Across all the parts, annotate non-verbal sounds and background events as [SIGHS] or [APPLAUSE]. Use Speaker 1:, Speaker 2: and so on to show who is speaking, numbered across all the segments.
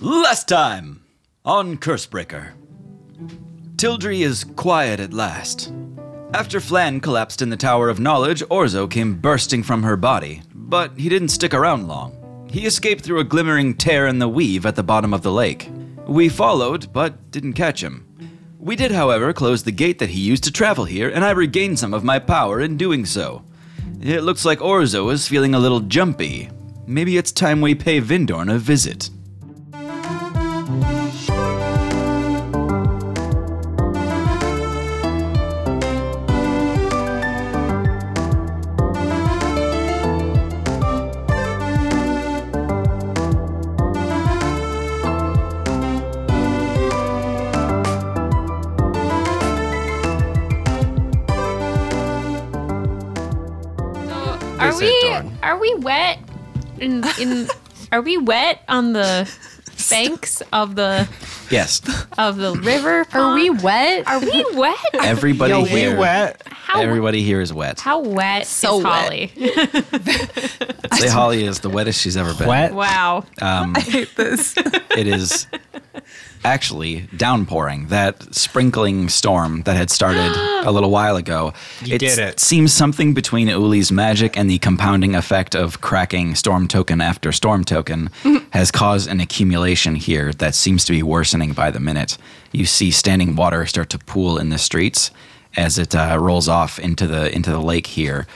Speaker 1: Last time on Cursebreaker. Tildry is quiet at last. After Flann collapsed in the Tower of Knowledge, Orzo came bursting from her body, but he didn't stick around long. He escaped through a glimmering tear in the weave at the bottom of the lake. We followed, but didn't catch him. We did, however, close the gate that he used to travel here, and I regained some of my power in doing so. It looks like Orzo is feeling a little jumpy. Maybe it's time we pay Vindorn a visit.
Speaker 2: Are
Speaker 3: Visit
Speaker 2: we
Speaker 3: Dawn.
Speaker 2: are we wet in [LAUGHS] in are we wet on the banks of the
Speaker 1: Yes,
Speaker 2: of the river?
Speaker 4: Are we
Speaker 2: pond?
Speaker 4: wet?
Speaker 2: are we wet?
Speaker 1: everybody
Speaker 3: Yo,
Speaker 1: here.
Speaker 3: we wet.
Speaker 2: How
Speaker 1: Everybody here is wet.
Speaker 2: how wet
Speaker 4: So
Speaker 2: is
Speaker 4: wet.
Speaker 2: Holly?
Speaker 1: Say Holly is the wettest she's ever been.
Speaker 2: Wow.
Speaker 1: Um,
Speaker 4: hate this.
Speaker 1: it is actually downpouring. That sprinkling storm that had started a little while ago.
Speaker 3: You did it.
Speaker 1: Seems something between Uli's magic and the compounding effect of cracking storm token after storm token has caused an accumulation here that seems to be worsening by the minute. You see standing water start to pool in the streets as it uh, rolls off into the into the lake here.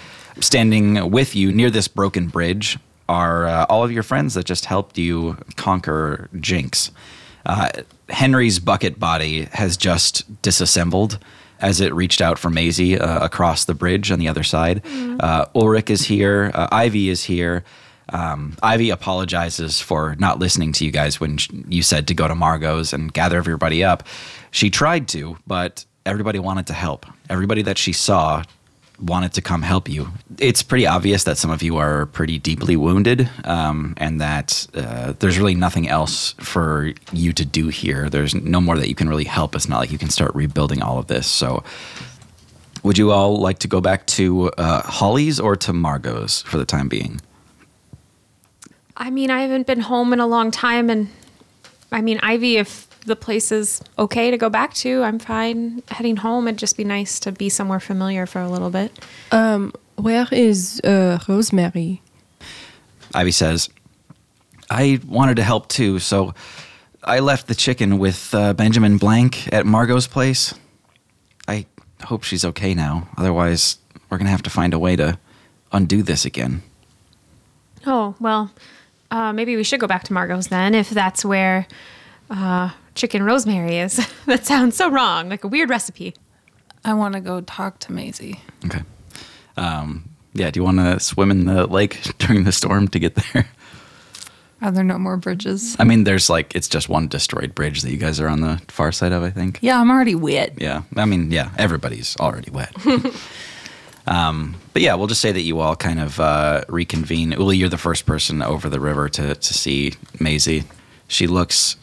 Speaker 1: Standing with you near this broken bridge are uh, all of your friends that just helped you conquer Jinx. Uh, Henry's bucket body has just disassembled as it reached out for Maisie uh, across the bridge on the other side. Uh, Ulrich is here. Uh, Ivy is here. Um, Ivy apologizes for not listening to you guys when sh- you said to go to Margot's and gather everybody up. She tried to, but everybody wanted to help. Everybody that she saw wanted to come help you. It's pretty obvious that some of you are pretty deeply wounded, um, and that uh, there's really nothing else for you to do here. There's no more that you can really help. It's not like you can start rebuilding all of this. So, would you all like to go back to uh, Holly's or to Margot's for the time being?
Speaker 2: I mean, I haven't been home in a long time, and I mean, Ivy, if the place is okay to go back to, I'm fine heading home. It'd just be nice to be somewhere familiar for a little bit.
Speaker 4: Where is uh, Rosemary?
Speaker 1: Ivy says, I wanted to help too, so I left the chicken with uh, Benjamin Blank at Margot's place. I hope she's okay now. Otherwise, we're going to have to find a way to undo this again.
Speaker 2: Oh, well, uh, maybe we should go back to Margot's then, if that's where uh, chicken rosemary is. [LAUGHS] that sounds so wrong, like a weird recipe.
Speaker 5: I want to go talk to Maisie.
Speaker 1: Okay. Um, yeah, do you want to swim in the lake [LAUGHS] during the storm to get there? [LAUGHS]
Speaker 5: Are there no more bridges?
Speaker 1: I mean, there's like, it's just one destroyed bridge that you guys are on the far side of, I think.
Speaker 5: Yeah, I'm already wet.
Speaker 1: Yeah. I mean, yeah, everybody's already wet. um, but yeah, we'll just say that you all kind of uh, reconvene. Uli, you're the first person over the river to, to see Maisie. She looks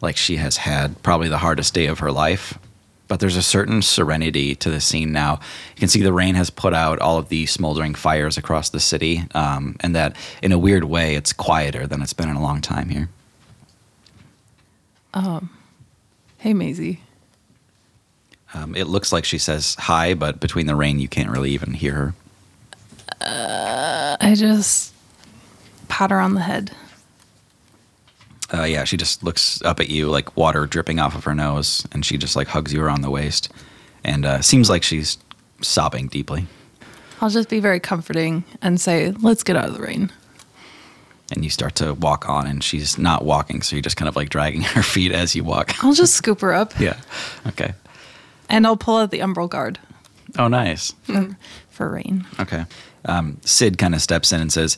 Speaker 1: like she has had probably the hardest day of her life. But there's a certain serenity to the scene now. You can see the rain has put out all of the smoldering fires across the city, um, and that in a weird way, it's quieter than it's been in a long time here.
Speaker 5: Hey, Maisie.
Speaker 1: Um, it looks like she says hi, but between the rain, you can't really even hear her.
Speaker 5: I just pat her on the head.
Speaker 1: Uh, yeah, she just looks up at you, like water dripping off of her nose, and she just like hugs you around the waist, and uh, seems like she's sobbing deeply.
Speaker 5: I'll just be very comforting and say, let's get out of the rain.
Speaker 1: And you start to walk on, and she's not walking, so you're just kind of like dragging [LAUGHS] her feet as you walk. [LAUGHS]
Speaker 5: I'll just scoop her up
Speaker 1: yeah. Okay.
Speaker 5: and I'll pull out the umbral guard
Speaker 1: Oh, nice.
Speaker 5: for rain.
Speaker 1: Okay. Um, Sid kind of steps in and says,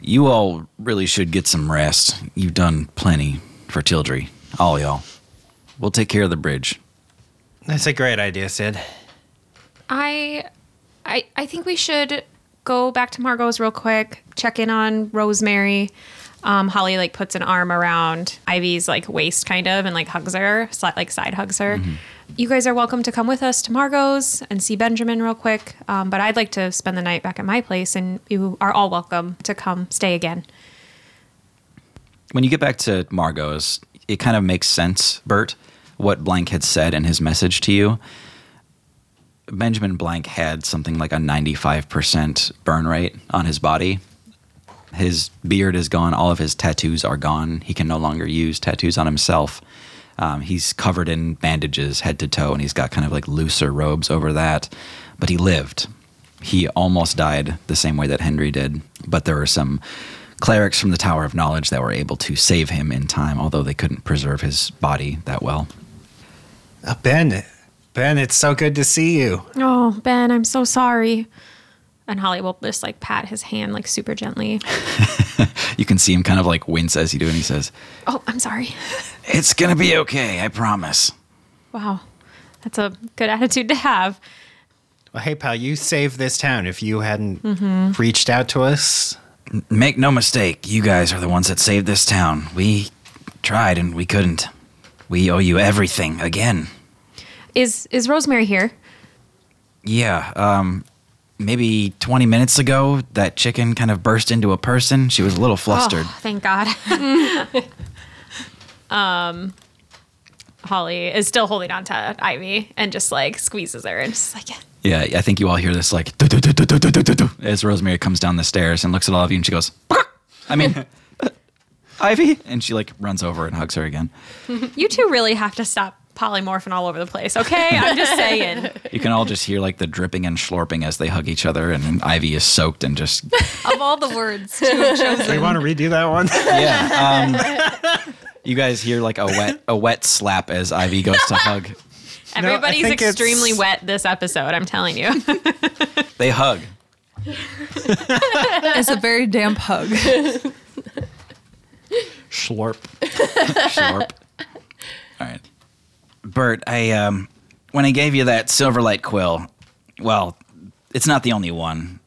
Speaker 1: "You all really should get some rest. You've done plenty for Tildry, all y'all. We'll take care of the bridge."
Speaker 3: That's a great idea, Sid.
Speaker 2: I, I, I think we should go back to Margot's real quick. Check in on Rosemary. Um, Holly like puts an arm around Ivy's like waist, kind of, and like hugs her, sli- like side hugs her. You guys are welcome to come with us to Margot's and see Benjamin real quick. Um, but I'd like to spend the night back at my place, and you are all welcome to come stay again.
Speaker 1: when you get back to Margot's, it kind of makes sense, Bert, what Blank had said in his message to you. Benjamin Blank had something like a 95% burn rate on his body. His beard is gone. All of his tattoos are gone. He can no longer use tattoos on himself. Um, he's covered in bandages head to toe, and he's got kind of like looser robes over that. But he lived. He almost died the same way that Henry did. But there were some clerics from the Tower of Knowledge that were able to save him in time, although they couldn't preserve his body that well.
Speaker 3: Uh, ben, Ben, it's so good to see you.
Speaker 2: Oh, Ben, I'm so sorry. And Holly will just like pat his hand like super gently.
Speaker 1: You can see him kind of like wince as you do, and he says,
Speaker 2: [GASPS] Oh, I'm sorry.
Speaker 1: It's gonna be okay, I promise.
Speaker 2: Wow. That's a good attitude to have.
Speaker 3: Well, hey, pal, you saved this town. If you hadn't reached out to us,
Speaker 1: Make no mistake, you guys are the ones that saved this town. We tried and we couldn't. We owe you everything again.
Speaker 2: Is is Rosemary here?
Speaker 1: Yeah, um, maybe 20 minutes ago, that chicken kind of burst into a person. She was a little flustered.
Speaker 2: Oh, thank [LAUGHS] God. um, Holly is still holding on to Ivy and just like squeezes her and just like, yeah.
Speaker 1: Yeah, I think you all hear this like "Du- du- du- du- du- du- du- du," as Rosemary comes down the stairs and looks at all of you and she goes, "Bark." I mean, [LAUGHS] Ivy? And she like runs over and hugs her again.
Speaker 2: you two really have to stop polymorphing all over the place, okay? I'm just [LAUGHS] saying.
Speaker 1: You can all just hear like the dripping and slurping as they hug each other, and Ivy is soaked and just
Speaker 6: Of all the words, too.
Speaker 3: do you want to redo that one?
Speaker 1: yeah. Um, you guys hear like a wet a wet slap as Ivy goes to hug.
Speaker 2: Everybody's
Speaker 3: think it's-
Speaker 2: extremely wet this episode, I'm telling you.
Speaker 1: They hug.
Speaker 5: It's a very damp hug.
Speaker 1: Slurp. Slurp. [LAUGHS] All right. Bert, I um when I gave you that silverlight quill, well, it's not the only one.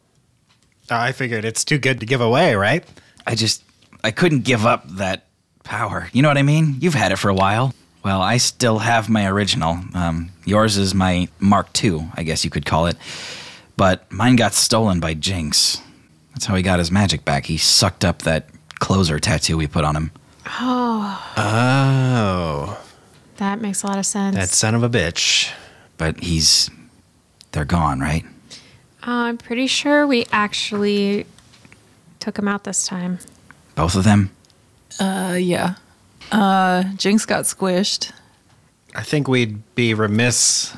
Speaker 3: Oh, I figured it's too good to give away, right?
Speaker 1: I just I couldn't give up that power. You know what I mean? You've had it for a while. Well, I still have my original. Um, yours is my Mark II, I guess you could call it. But mine got stolen by Jinx. That's how he got his magic back. He sucked up that closer tattoo we put on him.
Speaker 3: Oh,
Speaker 2: [LAUGHS] that makes a lot of sense.
Speaker 3: that son of a bitch.
Speaker 1: But he's they're gone, right?
Speaker 2: I'm pretty sure we actually took him out this time.
Speaker 1: Both of them?
Speaker 5: [LAUGHS] Uh, yeah. Uh, Jinx got squished.
Speaker 3: I think we'd be remiss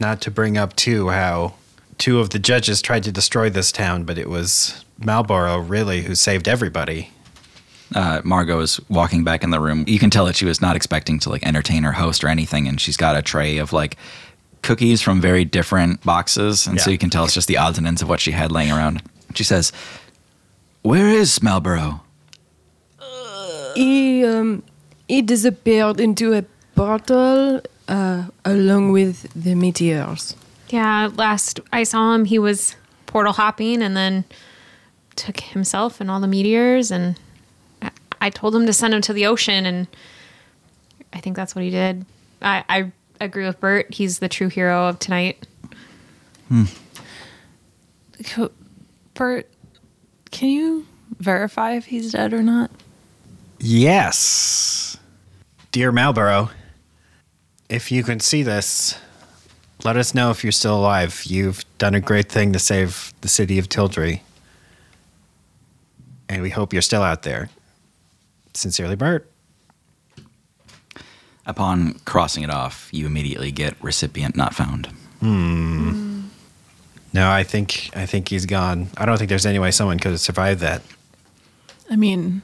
Speaker 3: not to bring up too how two of the judges tried to destroy this town, but it was Marlborough really who saved everybody.
Speaker 1: uh, Margot is walking back in the room. You can tell that she was not expecting to like entertain her host or anything, and she's got a tray of like cookies from very different boxes, and so
Speaker 3: Yeah.
Speaker 1: you can tell it's just the odds and ends of what she had laying around. She says, "Where is Marlborough?"
Speaker 4: He, um, he disappeared into a portal uh, along with the meteors.
Speaker 2: Yeah, last I saw him, he was portal hopping and then took himself and all the meteors. And I- I told him to send him to the ocean, and I think that's what he did. I, I agree with Bert. He's the true hero of tonight.
Speaker 5: Co- Bert, can you verify if he's dead or not?
Speaker 3: Yes. Dear Marlborough, if you can see this, let us know if you're still alive. You've done a great thing to save the city of Tilbury. And we hope you're still out there. Sincerely, Bert.
Speaker 1: Upon crossing it off, you immediately get recipient not found.
Speaker 3: No, I think I think he's gone. I don't think there's any way someone could have survived that.
Speaker 5: I mean,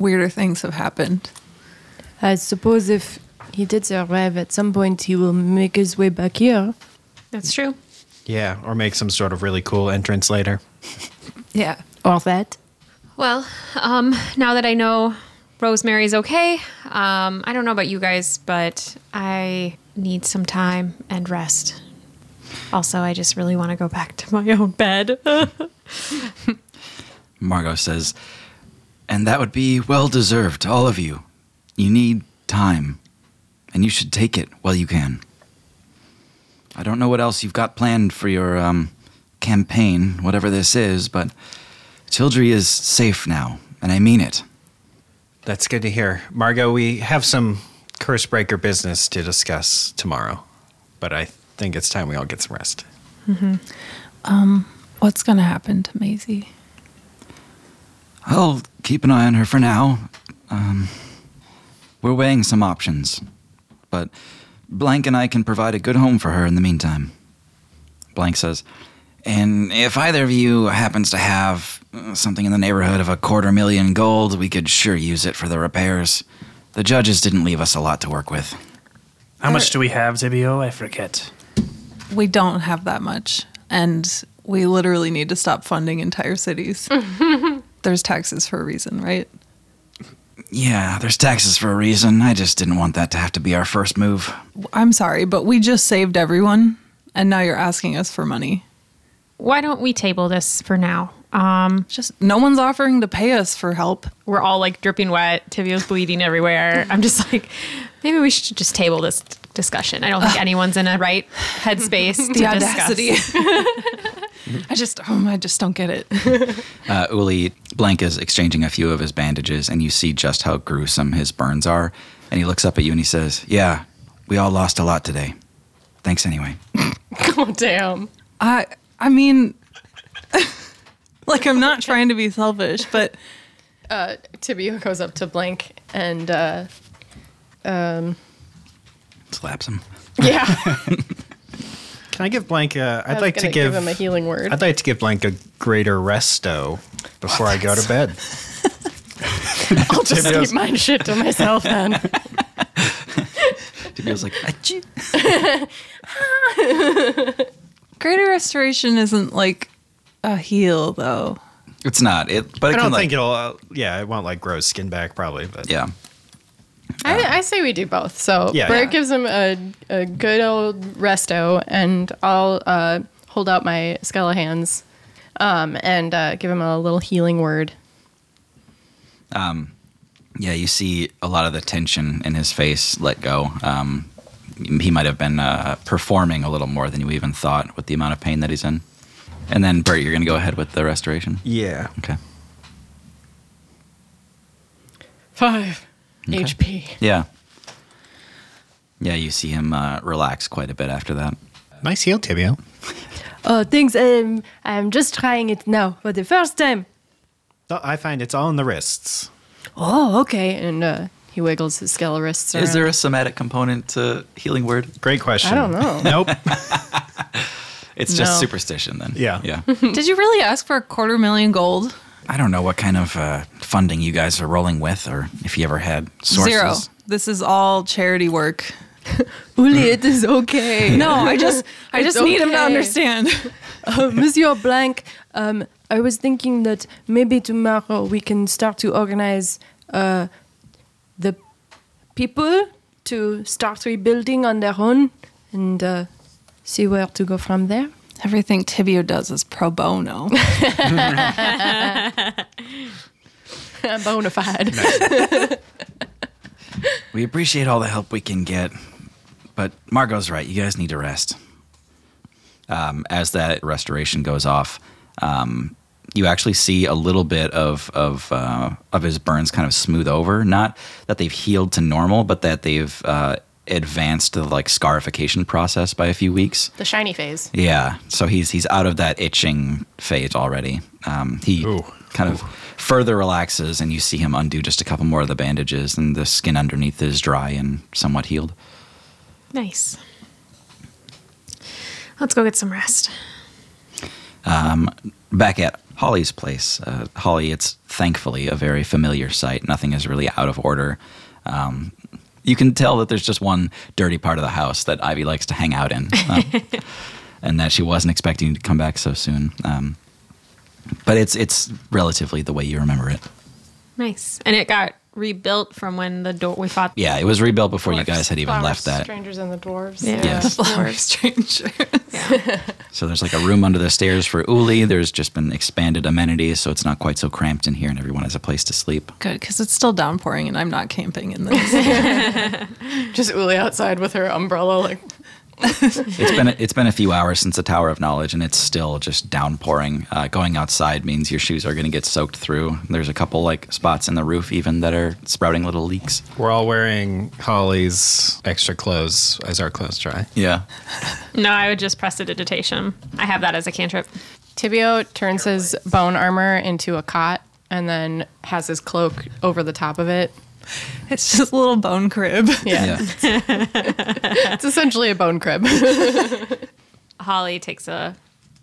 Speaker 5: weirder things have happened.
Speaker 4: I suppose if he did arrive at some point, he will make his way back
Speaker 7: [LAUGHS]
Speaker 4: here.
Speaker 2: That's true.
Speaker 3: Yeah, or make some sort of really cool entrance later.
Speaker 5: Yeah.
Speaker 4: Or that.
Speaker 2: Well, um, now that I know Rosemary's okay, um, I don't know about you guys, but I need some time and rest. Also, I just really want to go back to my own bed. [LAUGHS]
Speaker 1: Margot says, "And that would be well deserved, all of you. You need time, and you should take it while you can. I don't know what else you've got planned for your um, campaign, whatever this is, but Childry is safe now, and I mean it.
Speaker 3: That's good to hear. Margot, we have some curse breaker business to discuss tomorrow, but I think it's time we all get some rest.
Speaker 7: What's going to happen to Maisie?
Speaker 1: I'll keep an eye on her for now. Um, we're weighing some options, but Blank and I can provide a good home for her in the meantime. Blank says, and if either of you happens to have uh, something in the neighborhood of a quarter million gold, we could sure use it for the repairs. The judges didn't leave us a lot to work with.
Speaker 8: How much do we have, Zebio? I forget.
Speaker 7: We don't have that much, and we literally need to stop funding entire [LAUGHS] cities. There's taxes for a reason, right?
Speaker 1: Yeah, there's taxes for a reason. I just didn't want that to have to be our first move.
Speaker 7: I'm sorry, but we just saved everyone, and now you're asking us for money.
Speaker 2: Why don't we table this for now? Um,
Speaker 7: Just no one's offering to pay us for help.
Speaker 2: we're all like dripping wet. Tibio's bleeding [LAUGHS] everywhere. I'm just like, maybe we should just table this discussion. I don't think anyone's in a right headspace [LAUGHS] to
Speaker 7: The
Speaker 2: discuss.
Speaker 7: audacity. [LAUGHS] I just, oh, I just don't get it.
Speaker 1: Uh, Uli Blank is exchanging a few of his bandages, and you see just how gruesome his burns are. And he looks up at you and he says, "Yeah, we all lost a lot today. Thanks anyway." [LAUGHS]
Speaker 2: Oh, damn.
Speaker 7: I I mean [LAUGHS] like I'm not trying to be selfish, but
Speaker 9: uh, Tibio goes up to Blank and uh,
Speaker 1: Slaps him.
Speaker 9: yeah,
Speaker 3: Can I give Blank a? I'd
Speaker 9: was
Speaker 3: like to
Speaker 9: gonna
Speaker 3: give,
Speaker 9: give him a healing word.
Speaker 3: I'd like to give Blank a greater resto before I go to [LAUGHS] bed.
Speaker 9: I'll just
Speaker 3: Tibio's-
Speaker 9: keep my shit to myself then.
Speaker 1: Tibio's like, "Ah, "Achoo."
Speaker 7: greater restoration isn't like a heal though.
Speaker 1: "It's not it, but it
Speaker 3: I
Speaker 1: can
Speaker 3: don't
Speaker 1: like,
Speaker 3: think it'll. Uh, yeah, it won't like grow his skin back probably, but
Speaker 1: yeah."
Speaker 9: I, I say we do both. So
Speaker 3: Yeah.
Speaker 9: Bert
Speaker 3: Yeah.
Speaker 9: gives him a, a good old resto, and I'll uh, hold out my skella hands um, and uh, give him a little healing word.
Speaker 1: Yeah, you see a lot of the tension in his face let go. Um, he might have been uh, performing a little more than you even thought with the amount of pain that he's in. And then, Bert, you're going to go ahead with the restoration.
Speaker 3: yeah.
Speaker 1: Okay.
Speaker 9: Five HP.
Speaker 1: Yeah. Yeah, you see him uh, relax quite a bit after that.
Speaker 3: Nice heal, Tibio.
Speaker 4: [LAUGHS] Oh, thanks. Um, I'm just trying it now for the first time.
Speaker 3: No, I find it's all in the wrists.
Speaker 9: Oh, okay. And uh, he wiggles his skella wrists.
Speaker 1: Is there
Speaker 9: around.
Speaker 1: a somatic component to healing word?
Speaker 3: Great question.
Speaker 9: I don't know.
Speaker 3: [LAUGHS] Nope.
Speaker 1: It's just
Speaker 9: No.
Speaker 1: superstition then.
Speaker 3: Yeah.
Speaker 1: Yeah. [LAUGHS]
Speaker 7: Did you really ask for a quarter million gold?
Speaker 1: I don't know what kind of uh, funding you guys are rolling with or if you ever had sources.
Speaker 7: Zero. This is all charity work.
Speaker 4: Uli, it is okay.
Speaker 7: No, I just I just need him to
Speaker 4: okay.
Speaker 7: understand.
Speaker 4: Uh, Monsieur Blank, um, I was thinking that maybe tomorrow we can start to organize uh, the people to start rebuilding on their own and uh, see where to go from there.
Speaker 7: Everything Tibio does is
Speaker 5: [LAUGHS]
Speaker 7: pro bono.
Speaker 9: bona fide.
Speaker 1: We appreciate all the help we can get, but Margot's right. You guys need to rest. Um, as that restoration goes off, um, you actually see a little bit of of uh, of his burns kind of smooth over. Not that they've healed to normal, but that they've uh, advanced the like scarification process by a few weeks.
Speaker 9: The shiny phase.
Speaker 1: Yeah, so he's he's out of that itching phase already. Um, he
Speaker 3: Ooh.
Speaker 1: kind of further relaxes, and you see him undo just a couple more of the bandages, and the skin underneath is dry and somewhat healed.
Speaker 2: Nice. Let's go get some rest.
Speaker 1: Back at Holly's place, uh, Holly, it's thankfully a very familiar sight. Nothing is really out of order. Um, you can tell that there's just one dirty part of the house that Ivy likes to hang out in,
Speaker 3: [LAUGHS]
Speaker 1: um, and that she wasn't expecting to come back so soon. Um, but it's it's relatively the way you remember it.
Speaker 2: Nice. And it got rebuilt from when the door we fought.
Speaker 1: Yeah, it was rebuilt before you guys had even
Speaker 9: Flowers,
Speaker 1: left that.
Speaker 9: Strangers and the dwarves. [LAUGHS]
Speaker 2: Yeah.
Speaker 1: Yes.
Speaker 5: [LAUGHS]
Speaker 7: Flower stranger.
Speaker 1: So there's like a room under the stairs for Uli. There's just been expanded amenities, so it's not quite so cramped in here, and everyone has a place to sleep.
Speaker 7: Good, because it's still downpouring
Speaker 5: [LAUGHS]
Speaker 7: and I'm not camping in this.
Speaker 9: Just Uli outside with her umbrella, like
Speaker 1: It's been a, it's been a few hours since the Tower of Knowledge, and it's still just downpouring. Uh, going outside means your shoes are going to get soaked through. There's a couple like spots in the roof even that are sprouting little leaks.
Speaker 3: We're all wearing Holly's extra clothes as our clothes dry.
Speaker 1: Yeah,
Speaker 2: No, I would just prestidigitation. I have that as a cantrip.
Speaker 9: Tibio turns his bone armor into a cot and then has his cloak over the top of it.
Speaker 5: It's just a little bone crib.
Speaker 1: yeah.
Speaker 9: It's essentially a bone crib.
Speaker 2: Holly takes a,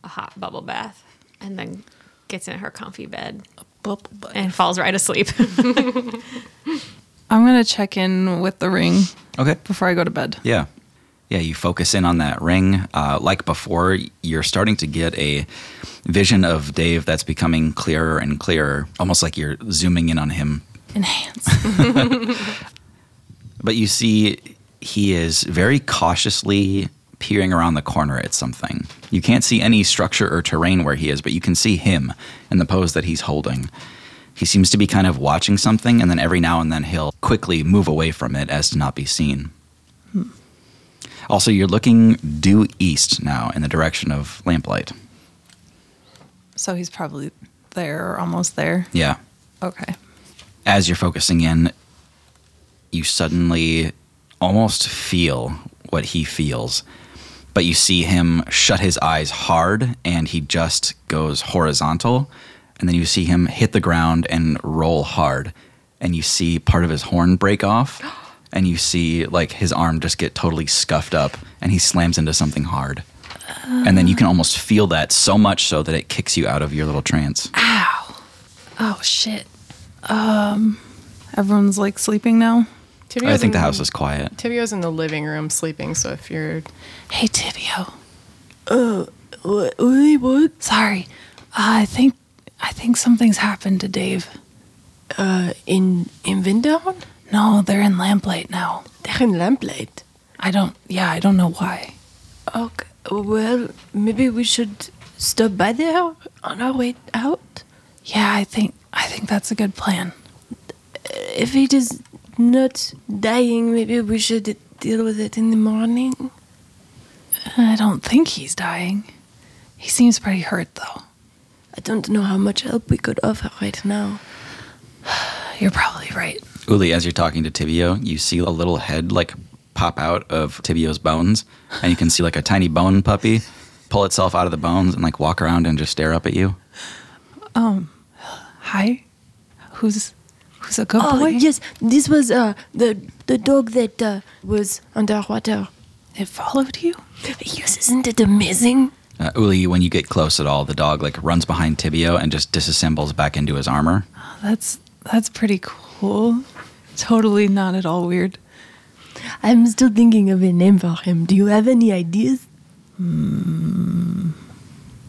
Speaker 2: a hot bubble bath and then gets in her comfy bed and falls right asleep. [LAUGHS]
Speaker 5: I'm gonna check in with the ring
Speaker 1: Okay.
Speaker 5: before I go to bed.
Speaker 1: Yeah. Yeah, you focus in on that ring. Uh, like before, you're starting to get a vision of Dave that's becoming clearer and clearer, almost like you're zooming in on him.
Speaker 5: Enhance.
Speaker 1: [LAUGHS] But you see, he is very cautiously peering around the corner at something. You can't see any structure or terrain where he is, but you can see him and the pose that he's holding. He seems to be kind of watching something, and then every now and then he'll quickly move away from it as to not be seen. Also, you're looking due east now in the direction of lamplight.
Speaker 5: so he's probably there or almost there.
Speaker 1: Yeah.
Speaker 5: Okay.
Speaker 1: as you're focusing in, you suddenly almost feel what he feels. But you see him shut his eyes hard and he just goes horizontal. And then you see him hit the ground and roll hard. And you see part of his horn break off. And you see like his arm just get totally scuffed up and he slams into something hard. And then you can almost feel that so much so that it kicks you out of your little trance.
Speaker 5: Oh shit. Um, everyone's like sleeping now.
Speaker 9: Tibio's
Speaker 1: I think the
Speaker 9: in-
Speaker 1: house is quiet.
Speaker 9: Tibio's in the living room sleeping, so if you're
Speaker 5: Hey Tibio, Uh,
Speaker 4: What? What?
Speaker 5: sorry. Uh, I think I think something's happened to Dave.
Speaker 4: Uh, in in Vindown?
Speaker 5: No, they're in lamplight now.
Speaker 4: They're in lamplight.
Speaker 5: I don't. Yeah, I don't know why.
Speaker 4: Okay. Well, maybe we should stop by there on our way out.
Speaker 5: Yeah, I think I think that's a good plan.
Speaker 4: If it is not dying, maybe we should deal with it in the morning.
Speaker 5: I don't think he's dying. He seems pretty hurt though.
Speaker 4: I don't know how much help we could offer right now.
Speaker 5: You're probably right.
Speaker 1: Uli, as you're talking to Tibio, you see a little head like pop out of Tibio's bones, and you can see like a tiny bone puppy pull itself out of the bones and like walk around and just stare up at you.
Speaker 5: Hi, who's who's a good
Speaker 4: Oh
Speaker 5: boy?
Speaker 4: yes, this was uh the the dog that uh, was underwater.
Speaker 5: It followed you.
Speaker 4: Yes, isn't it amazing?
Speaker 1: Uh, Uli, when you get close at all, the dog like runs behind Tibio and just disassembles back into his armor.
Speaker 5: That's that's pretty cool. Totally not at all weird.
Speaker 4: I'm still thinking of a name for him. Do you have any ideas?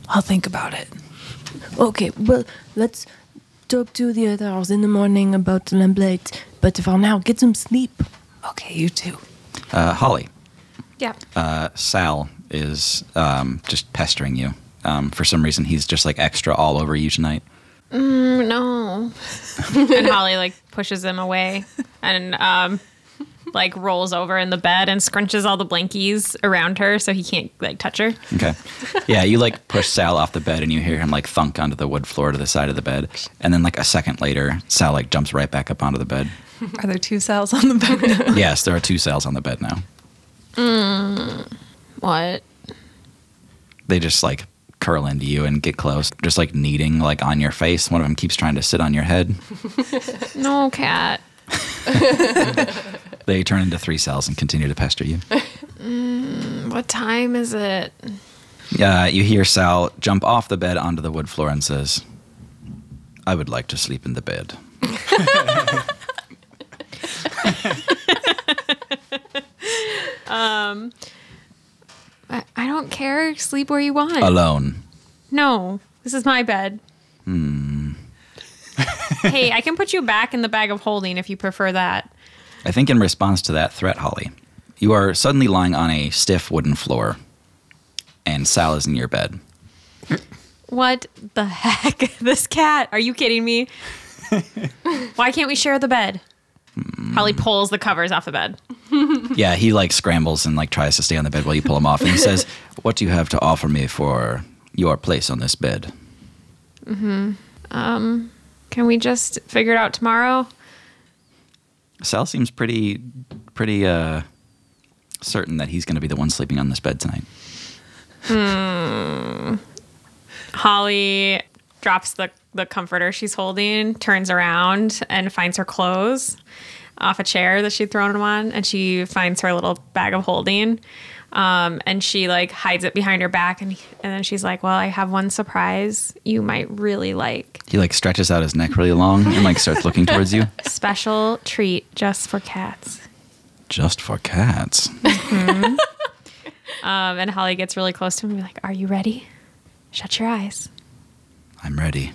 Speaker 5: I'll think about it.
Speaker 4: Okay, well let's talk to the other hours in the morning about lamplight. But for now, get some sleep.
Speaker 5: Okay, you too.
Speaker 1: Uh, Holly,
Speaker 2: yeah.
Speaker 1: uh, Sal is um, just pestering you. Um, for some reason, he's just like extra all over you tonight.
Speaker 2: No. and Holly like pushes him away and um like rolls over in the bed and scrunches all the blankies around her so he can't like touch her.
Speaker 1: Okay. Yeah, you like push Sal off the bed and you hear him like thunk onto the wood floor to the side of the bed. And then like a second later, Sal like jumps right back up onto the bed.
Speaker 5: Are there two cells on the bed?
Speaker 1: Yes, there are two Sals on the bed now.
Speaker 2: What?
Speaker 1: They just like curl into you and get close, just like kneading like on your face. One of them keeps trying to sit on your head.
Speaker 2: No cat.
Speaker 1: They turn into three Sals and continue to pester you.
Speaker 2: What time is it?
Speaker 1: Uh, you hear Sal jump off the bed onto the wood floor and says, I would like to sleep in the bed.
Speaker 2: I, I don't care. Sleep where you want.
Speaker 1: Alone.
Speaker 2: No, this is my bed. hey, I can put you back in the bag of holding if you prefer that.
Speaker 1: I think in response to that threat, Holly, you are suddenly lying on a stiff wooden floor, and Sal is in your bed.
Speaker 2: What the heck? [LAUGHS] This cat. Are you kidding me? Why can't we share the bed? Holly pulls the covers off the bed.
Speaker 1: yeah, he like scrambles and like tries to stay on the bed while you pull him off. And he says, What do you have to offer me for your place on this bed?
Speaker 2: Can we just figure it out tomorrow?
Speaker 1: Sal seems pretty, pretty uh, certain that he's going to be the one sleeping on this bed tonight.
Speaker 2: Holly drops the, the comforter she's holding, turns around, and finds her clothes off a chair that she'd thrown them on, and she finds her little bag of holding. Um, and she like hides it behind her back, and and then she's like, "Well, I have one surprise you might really like.
Speaker 1: He like stretches out his neck really long and like starts looking towards you.
Speaker 2: Special treat just for cats."
Speaker 1: Just for cats.
Speaker 2: Um, and Holly gets really close to him, and be like, "Are you ready? Shut your eyes."
Speaker 1: I'm ready.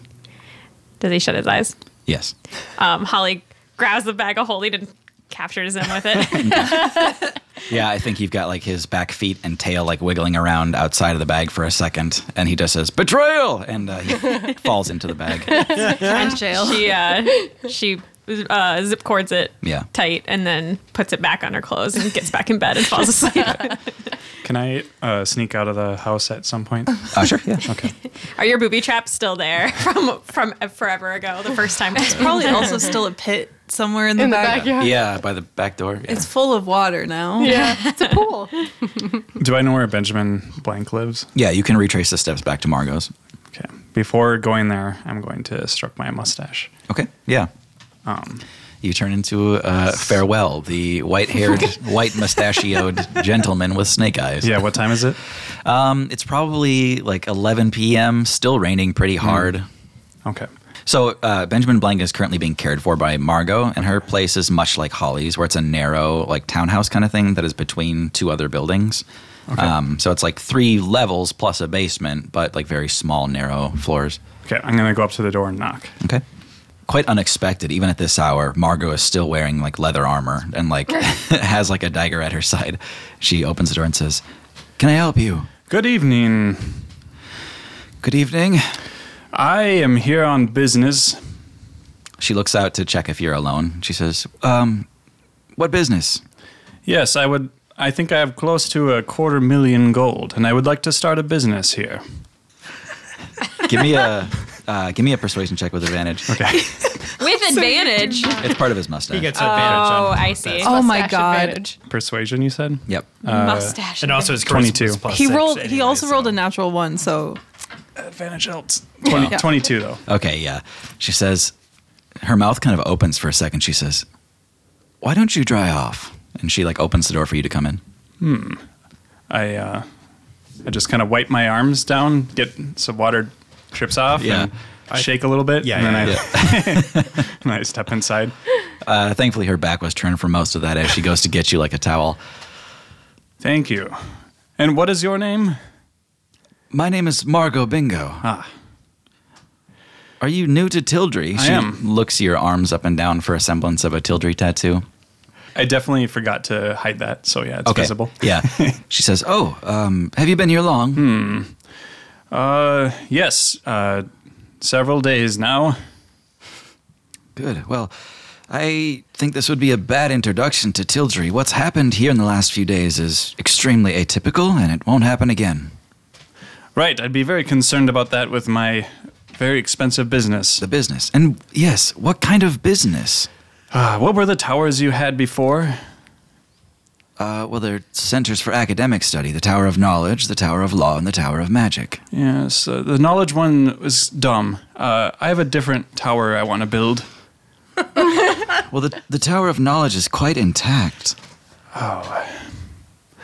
Speaker 2: Does he shut his eyes?
Speaker 1: Yes.
Speaker 2: Um, Holly grabs the bag of holding and captures him with it. [LAUGHS]
Speaker 1: Yeah, I think you've got like his back feet and tail like wiggling around outside of the bag for a second, and he just says betrayal, and uh, he falls into the bag.
Speaker 2: [LAUGHS]
Speaker 10: French jail.
Speaker 2: she uh, she uh, zip cords it
Speaker 1: Yeah.
Speaker 2: tight and then puts it back on her clothes and gets back in bed and falls [LAUGHS] asleep.
Speaker 8: Can I uh, sneak out of the house at some point?
Speaker 1: Oh, sure. Yeah.
Speaker 8: Okay.
Speaker 2: Are your booby traps still there from from forever ago? The first [LAUGHS] time.
Speaker 7: Probably also still a pit somewhere in the,
Speaker 9: in the
Speaker 7: back.
Speaker 9: backyard.
Speaker 1: [LAUGHS] Yeah, by the back door. Yeah.
Speaker 7: It's full of water
Speaker 5: Oh
Speaker 7: now.
Speaker 9: Yeah, it's a pool.
Speaker 8: Do I know where Benjamin Blank lives?
Speaker 1: yeah, you can retrace the steps back to Margot's.
Speaker 8: Okay. Before going there, I'm going to stroke my mustache.
Speaker 1: Okay. Yeah. Um. you turn into uh, farewell, the [LAUGHS] white-haired, white-mustachioed gentleman with snake eyes.
Speaker 8: Yeah. What time is it? [LAUGHS]
Speaker 1: Um, it's probably like 11 p.m. Still raining pretty hard.
Speaker 8: Okay.
Speaker 1: So uh, Benjamin Blank is currently being cared for by Margot, and her place is much like Holly's, where it's a narrow, like townhouse kind of thing that is between two other buildings. Um, so it's like three levels plus a basement, but like very small, narrow floors.
Speaker 8: Okay. I'm gonna go up to the door and knock.
Speaker 1: Okay. Quite unexpected, even at this hour. Margot is still wearing like leather armor and like [LAUGHS] has like a dagger at her side. She opens the door and says, "Can I help you?
Speaker 8: Good evening.
Speaker 1: Good evening."
Speaker 8: I am here on business.
Speaker 1: She looks out to check if you're alone. She says, "Um, what business?"
Speaker 8: Yes, I would. I think I have close to a quarter million gold, and I would like to start a business here. [LAUGHS]
Speaker 1: Give me a uh, give me a persuasion check with advantage.
Speaker 8: Okay.
Speaker 2: With advantage.
Speaker 1: It's part of his mustache.
Speaker 3: He gets advantage on
Speaker 2: Oh,
Speaker 3: his
Speaker 2: I
Speaker 3: mustache.
Speaker 2: see. Oh,
Speaker 7: Oh my
Speaker 9: Mustache
Speaker 7: god.
Speaker 9: advantage.
Speaker 8: Persuasion, you said.
Speaker 1: yep.
Speaker 2: Mustache.
Speaker 3: And also, it's
Speaker 8: 22.
Speaker 7: He rolled he also rolled
Speaker 3: uh,
Speaker 7: a natural one, so
Speaker 8: Advantage helps. 20,
Speaker 7: Yeah.
Speaker 8: 22 though.
Speaker 1: Okay, yeah. She says, her mouth kind of opens for a second. She says, "Why don't you dry off?" And she like opens the door for you to come in.
Speaker 8: I uh, I just kind of wipe my arms down, get some water drips off,
Speaker 1: Yeah.
Speaker 8: and shake a little bit,
Speaker 3: Yeah,
Speaker 8: and then
Speaker 3: yeah,
Speaker 8: I, [LAUGHS] and I step inside.
Speaker 1: Uh, thankfully, her back was turned for most of that as she goes to get you like a towel.
Speaker 8: Thank you. And what is your name?
Speaker 1: My name is Margot Bingo.
Speaker 8: Ah.
Speaker 1: Are you new to Tildry?
Speaker 8: I
Speaker 1: she
Speaker 8: am.
Speaker 1: looks your arms up and down for a semblance of a Tildry tattoo.
Speaker 8: I definitely forgot to hide that, so yeah, it's visible. [LAUGHS] Hmm.
Speaker 1: yeah. she says, "Oh, um, have you been here long?"
Speaker 8: Uh, yes, uh, several days now.
Speaker 1: Good. Well, I think this would be a bad introduction to Tildry. What's happened here in the last few days is extremely atypical, and it won't happen again.
Speaker 8: Right, I'd be very concerned about that with my very expensive business.
Speaker 1: The business. And yes, what kind of business?
Speaker 8: Uh, what were the towers you had before?
Speaker 1: Uh, well, there are centers for academic study the Tower of Knowledge, the Tower of Law, and the Tower of Magic.
Speaker 8: Yes, uh, the knowledge one was dumb. Uh, I have a different tower I want to build.
Speaker 1: Well, the, the Tower of Knowledge is quite intact.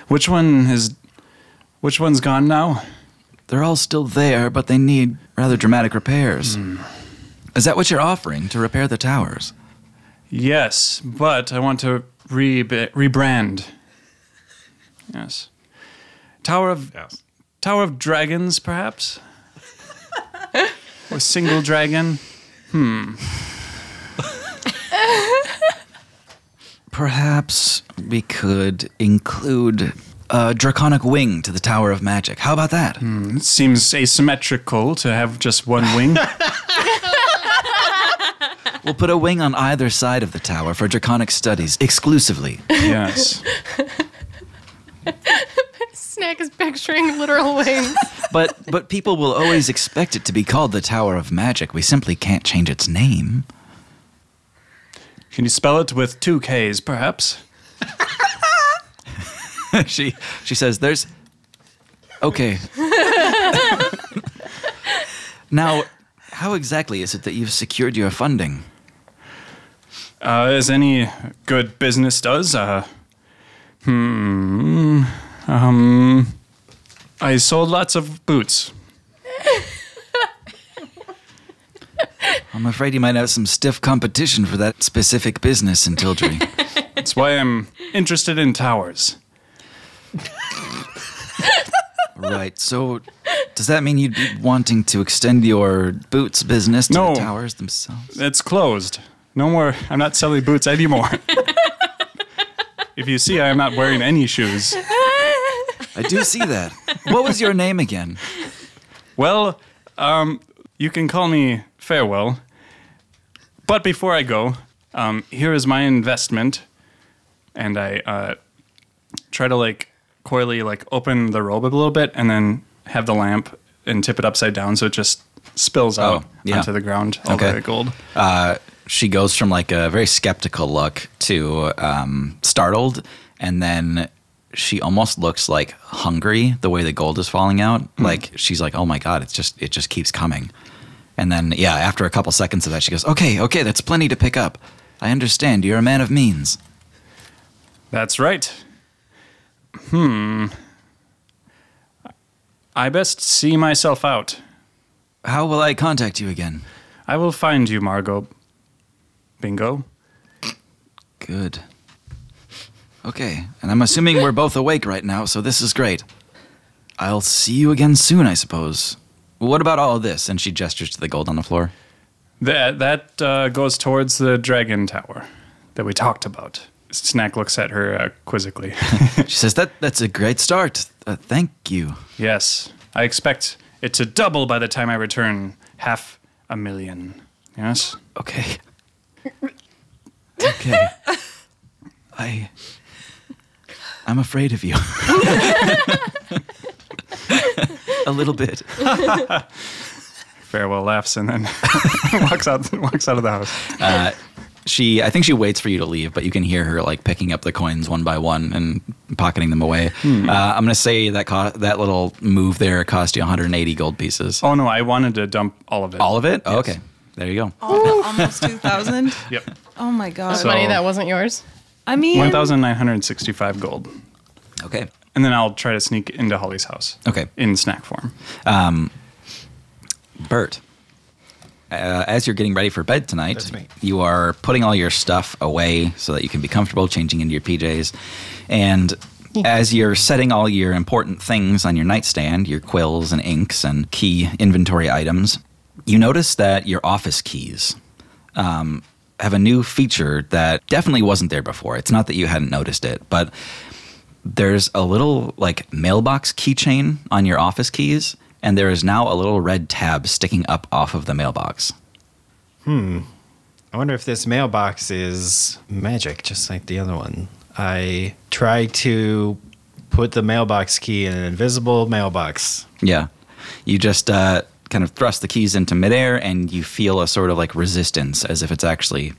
Speaker 8: Which one is? Which one's gone now?
Speaker 1: They're all still there, but they need rather dramatic repairs. Is that what you're offering to repair the towers?
Speaker 8: Yes, but I want to re- rebrand. Yes, Tower of
Speaker 3: Yes.
Speaker 8: Tower of Dragons, perhaps. or single dragon.
Speaker 1: Perhaps we could include a draconic wing to the Tower of Magic. How about that?
Speaker 8: It seems asymmetrical to have just one wing.
Speaker 1: We'll put a wing on either side of the tower for draconic studies exclusively.
Speaker 8: Yes.
Speaker 9: Snack is picturing literal wings.
Speaker 1: But but people will always expect it to be called the Tower of Magic. We simply can't change its name. [LAUGHS]
Speaker 8: Can you spell it with two K's, perhaps?
Speaker 1: she she says there's Okay. [LAUGHS] now, how exactly is it that you've secured your funding?
Speaker 8: Uh, as any good business does, uh, hmm, um, I sold lots of boots.
Speaker 1: I'm afraid you might have some stiff competition for that specific business in Tildry.
Speaker 8: That's why I'm interested in towers.
Speaker 1: right. So, does that mean you'd be wanting to extend your boots business to
Speaker 8: No.
Speaker 1: the towers themselves?
Speaker 8: It's closed. No more. I'm not selling boots anymore. if you see, I am not wearing any shoes.
Speaker 1: I do see that. What was your name again?
Speaker 8: Well, um, you can call me Farewell. But before I go, um, here is my investment, and I uh, try to like coyly like open the robe a little bit, and then have the lamp and tip it upside down so it just spills out
Speaker 1: Oh, yeah.
Speaker 8: onto the ground all
Speaker 1: Okay.
Speaker 8: the gold.
Speaker 1: she goes from like a very skeptical look to um, startled, and then she almost looks like hungry the way the gold is falling out. Like she's like, "Oh my god, it's just it just keeps coming." And then yeah, after a couple seconds of that, she goes, "Okay, okay, that's plenty to pick up. I understand. You're a man of means."
Speaker 8: That's right. Hmm. I best see myself out.
Speaker 1: How will I contact you again?
Speaker 8: I will find you, Margot. Bingo.
Speaker 1: Good. Okay, and I'm assuming we're both awake right now, so this is great. I'll see you again soon, I suppose. What about all of this? And she gestures to the gold on the floor.
Speaker 8: That that uh, goes towards the dragon tower that we talked about. Snack looks at her uh, quizzically. [LAUGHS]
Speaker 1: She says that that's a great start. Uh, thank you.
Speaker 8: yes, I expect it to double by the time I return. Half a million. Yes.
Speaker 1: Okay. Okay. I I'm afraid of you. [LAUGHS] a little bit.
Speaker 8: Farewell laughs and then [LAUGHS] walks out. Walks out of the house.
Speaker 1: Uh, She I think she waits for you to leave, but you can hear her like picking up the coins one by one and pocketing them away.
Speaker 8: Hmm.
Speaker 1: Uh, I'm going to say that co- that little move there cost you 180 gold pieces.
Speaker 8: Oh no! I wanted to dump all of it.
Speaker 1: All of it? Oh,
Speaker 8: Yes.
Speaker 1: okay. There you go.
Speaker 7: Oh, almost 2,000.
Speaker 8: Yep.
Speaker 7: Oh my God.
Speaker 8: So-
Speaker 9: Money that wasn't yours.
Speaker 7: I mean,
Speaker 8: One thousand nine hundred sixty-five gold.
Speaker 1: Okay.
Speaker 8: And then I'll try to sneak into Holly's house.
Speaker 1: Okay.
Speaker 8: In snack form.
Speaker 1: Bert, uh, as you're getting ready for bed tonight,
Speaker 3: That's me.
Speaker 1: you are putting all your stuff away so that you can be comfortable changing into your PJs. And as you're setting all your important things on your nightstand, your quills and inks and key inventory items, you notice that your office keys um, have a new feature that definitely wasn't there before. It's not that you hadn't noticed it, but there's a little like mailbox keychain on your office keys, and there is now a little red tab sticking up off of the mailbox.
Speaker 3: I wonder if this mailbox is magic, just like the other one. I try to put the mailbox key in an invisible mailbox.
Speaker 1: Yeah. You just uh, kind of thrust the keys into midair and you feel a sort of like resistance as if it's actually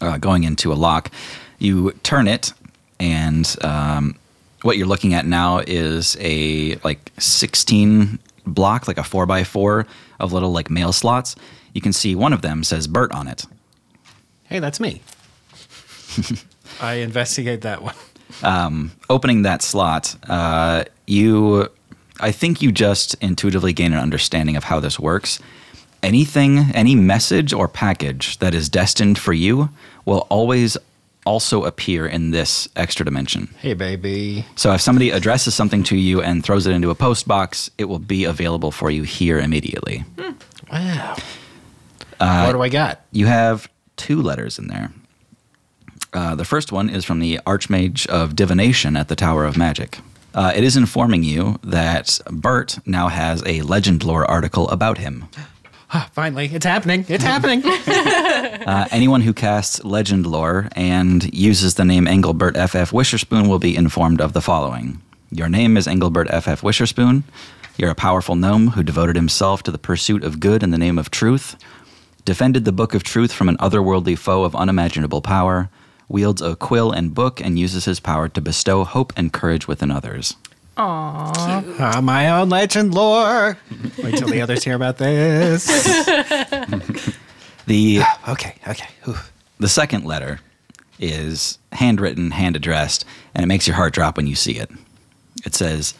Speaker 1: uh, going into a lock. You turn it, and um, what you're looking at now is a like 16 block, like a 4x4 of little like mail slots. You can see one of them says Bert on it.
Speaker 3: Hey, that's me. [LAUGHS] I investigate that one.
Speaker 1: opening that slot, uh, you, I think you just intuitively gain an understanding of how this works. Anything, any message or package that is destined for you will always also appear in this extra dimension.
Speaker 3: Hey, baby.
Speaker 1: So if somebody addresses something to you and throws it into a post box, it will be available for you here immediately.
Speaker 3: Wow. what do I got?
Speaker 1: You have two letters in there. Uh, the first one is from the Archmage of Divination at the Tower of Magic. Uh, it is informing you that Bert now has a legend lore article about him.
Speaker 3: "Ah, finally, it's happening. It's happening.
Speaker 1: Uh, anyone who casts Legend Lore and uses the name Engelbert F.F. Wisherspoon will be informed of the following. Your name is Engelbert F.F. Wisherspoon. You're a powerful gnome who devoted himself to the pursuit of good in the name of truth, defended the Book of Truth from an otherworldly foe of unimaginable power, wields a quill and book, and uses his power to bestow hope and courage within others.
Speaker 3: Ah, my own legend lore. Wait till the others hear about this.
Speaker 1: The
Speaker 3: [SIGHS] Okay, okay. Ooh.
Speaker 1: The second letter is handwritten, hand addressed, and it makes your heart drop when you see it. It says,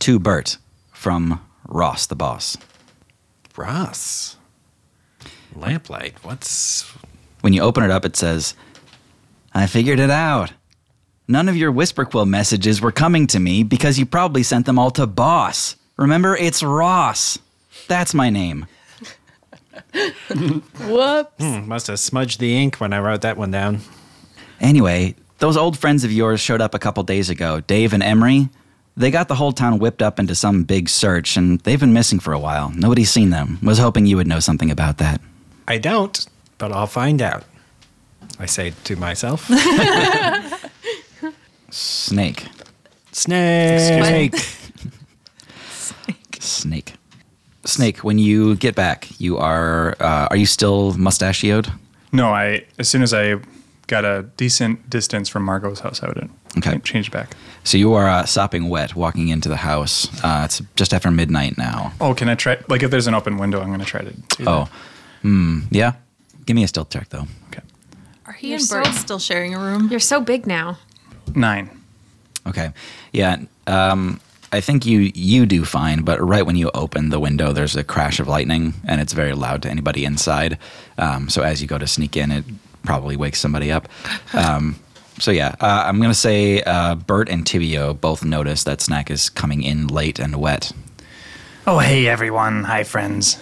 Speaker 1: To Bert from Ross the Boss.
Speaker 3: Ross. Lamplight. What's
Speaker 1: When you open it up, it says, I figured it out. None of your Whisper Quill messages were coming to me because you probably sent them all to Boss. Remember, it's Ross. That's my name.
Speaker 4: Whoops.
Speaker 3: Hmm, must have smudged the ink when I wrote that one down.
Speaker 1: Anyway, those old friends of yours showed up a couple days ago, Dave and Emery. They got the whole town whipped up into some big search, and they've been missing for a while. Nobody's seen them. Was hoping you would know something about that.
Speaker 3: I don't, but I'll find out. I say to myself.
Speaker 1: Snake.
Speaker 3: Snake.
Speaker 1: Snake. Snake, when you get back, you are. Uh, are you still mustachioed?
Speaker 8: No, I as soon as I got a decent distance from Margot's house, I would
Speaker 1: Okay.
Speaker 8: change back.
Speaker 1: So you are uh, sopping wet walking into the house. Uh, it's just after midnight now.
Speaker 8: Oh, can I try? Like, if there's an open window, I'm going to try to. Do
Speaker 1: Oh. Hmm. Yeah? Give me a stealth check, though.
Speaker 8: That. Okay.
Speaker 7: Are he
Speaker 2: You're
Speaker 7: and
Speaker 2: so-
Speaker 7: Bert still sharing a room?
Speaker 2: You're so big now.
Speaker 8: Nine.
Speaker 1: Okay. Yeah. Um, I think you you do fine, but right when you open the window, there's a crash of lightning, and it's very loud to anybody inside. Um, so as you go to sneak in, it probably wakes somebody up. Um, so yeah, uh, I'm gonna say uh, Bert and Tibio both notice that Snack is coming in late and wet.
Speaker 8: Oh, hey, everyone. Hi, friends.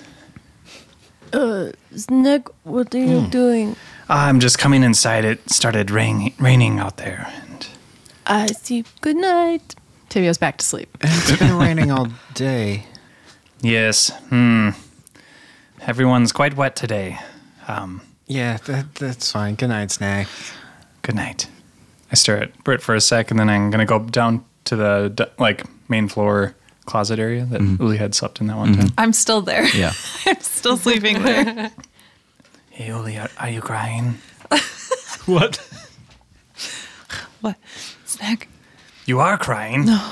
Speaker 4: Snake, what are you doing?
Speaker 8: I'm just coming inside. It started rain- raining out there. And
Speaker 4: I see. Good night.
Speaker 9: Tibio's back to sleep.
Speaker 3: It's been raining all day.
Speaker 8: yes. Hmm. Everyone's quite wet today. Um,
Speaker 3: Yeah, that, that's fine. Good night, Snake.
Speaker 8: good night. I stare at Britt for a sec, and then I'm going to go down to the d- like main floor closet area that Uli had slept in that one time.
Speaker 7: I'm still there.
Speaker 1: Yeah.
Speaker 7: I'm still sleeping there.
Speaker 8: Hey, Uli, are, are you crying?
Speaker 3: What?
Speaker 7: what? Snack?
Speaker 8: You are crying.
Speaker 7: Uh,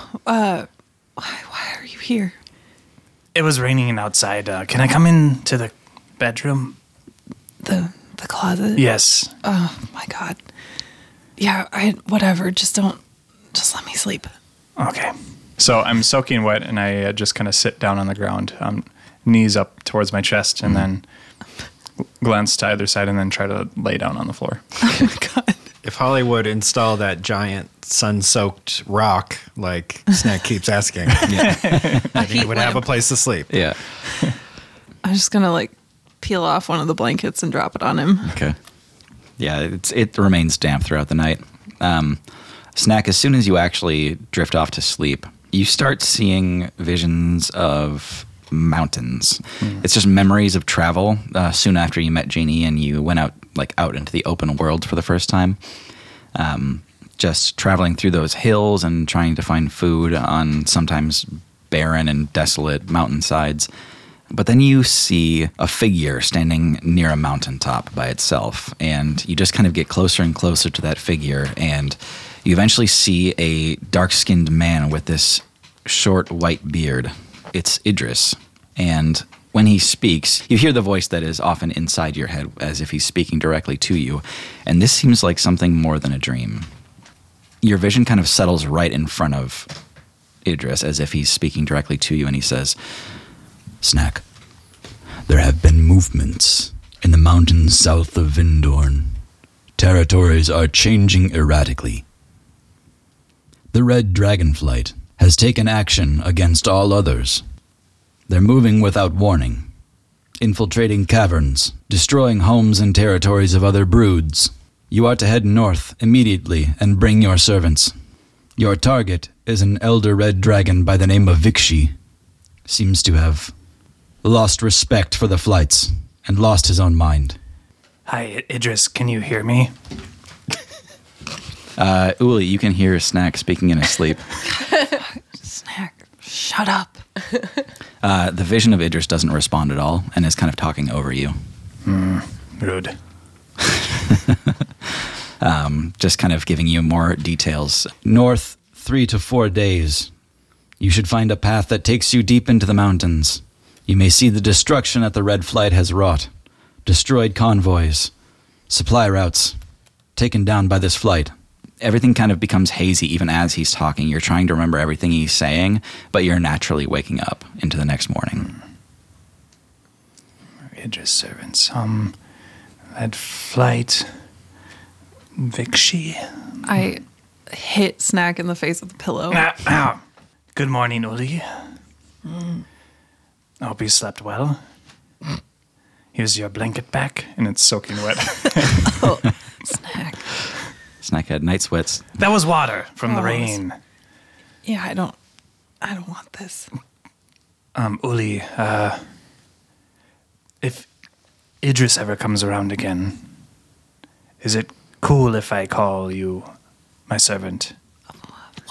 Speaker 7: why, why are you here?
Speaker 8: It was raining outside. Uh, can I come in to the bedroom?
Speaker 7: The the closet?
Speaker 8: Yes.
Speaker 7: Oh my god. Yeah, I whatever. Just don't. Just let me sleep. [LAUGHS]
Speaker 8: Okay. So I'm soaking wet, and I uh, just kind of sit down on the ground, um, knees up towards my chest, and then glance to either side, and then try to lay down on the floor.
Speaker 7: Oh my god.
Speaker 3: If Hollywood installed that giant sun soaked rock, like Snake keeps [LAUGHS] asking, he would have a place to sleep.
Speaker 1: Yeah.
Speaker 7: I'm just gonna like peel off one of the blankets and drop it on him.
Speaker 1: Okay. Yeah, it's it remains damp throughout the night. Um, snack. As soon as you actually drift off to sleep, you start seeing visions of mountains. It's just memories of travel. Uh, soon after you met Jeannie and you went out like out into the open world for the first time, um, just traveling through those hills and trying to find food on sometimes barren and desolate mountainsides. But then you see a figure standing near a mountaintop by itself, and you just kind of get closer and closer to that figure, and you eventually see a dark skinned man with this short white beard. It's Idris. And when he speaks, you hear the voice that is often inside your head as if he's speaking directly to you. And this seems like something more than a dream. Your vision kind of settles right in front of Idris as if he's speaking directly to you, and he says, Snack. There have been movements in the mountains south of Vindorn. Territories are changing erratically. The Red Dragonflight has taken action against all others. They're moving without warning, infiltrating caverns, destroying homes and territories of other broods. You are to head north immediately and bring your servants. Your target is an elder red dragon by the name of Vikshi. Seems to have
Speaker 11: lost respect for the flights and lost his own mind.
Speaker 8: Hi, I- Idris. Can you hear me?
Speaker 1: Uh, Uli, you can hear Snack speaking in his sleep.
Speaker 7: Snack, shut up.
Speaker 1: Uh, the vision of Idris doesn't respond at all and is kind of talking over you.
Speaker 8: Rude.
Speaker 1: just kind of giving you more details.
Speaker 11: North, three to four days. You should find a path that takes you deep into the mountains. You may see the destruction that the Red Flight has wrought destroyed convoys, supply routes, taken down by this flight.
Speaker 1: Everything kind of becomes hazy even as he's talking. You're trying to remember everything he's saying, but you're naturally waking up into the next morning.
Speaker 8: Idris' servants. Um, that flight. Vixie.
Speaker 7: I hit Snack in the face with a pillow.
Speaker 8: Good morning, Uli. I Hope you slept well. Here's your blanket back, and it's soaking [LAUGHS] wet.
Speaker 7: Snack.
Speaker 1: Snack had night sweats.
Speaker 8: that was water from the
Speaker 7: Oh, it's-
Speaker 8: rain.
Speaker 7: Yeah, I don't. I don't want this.
Speaker 8: Um, Uli, uh, if Idris ever comes around again, is it cool if I call you my servant?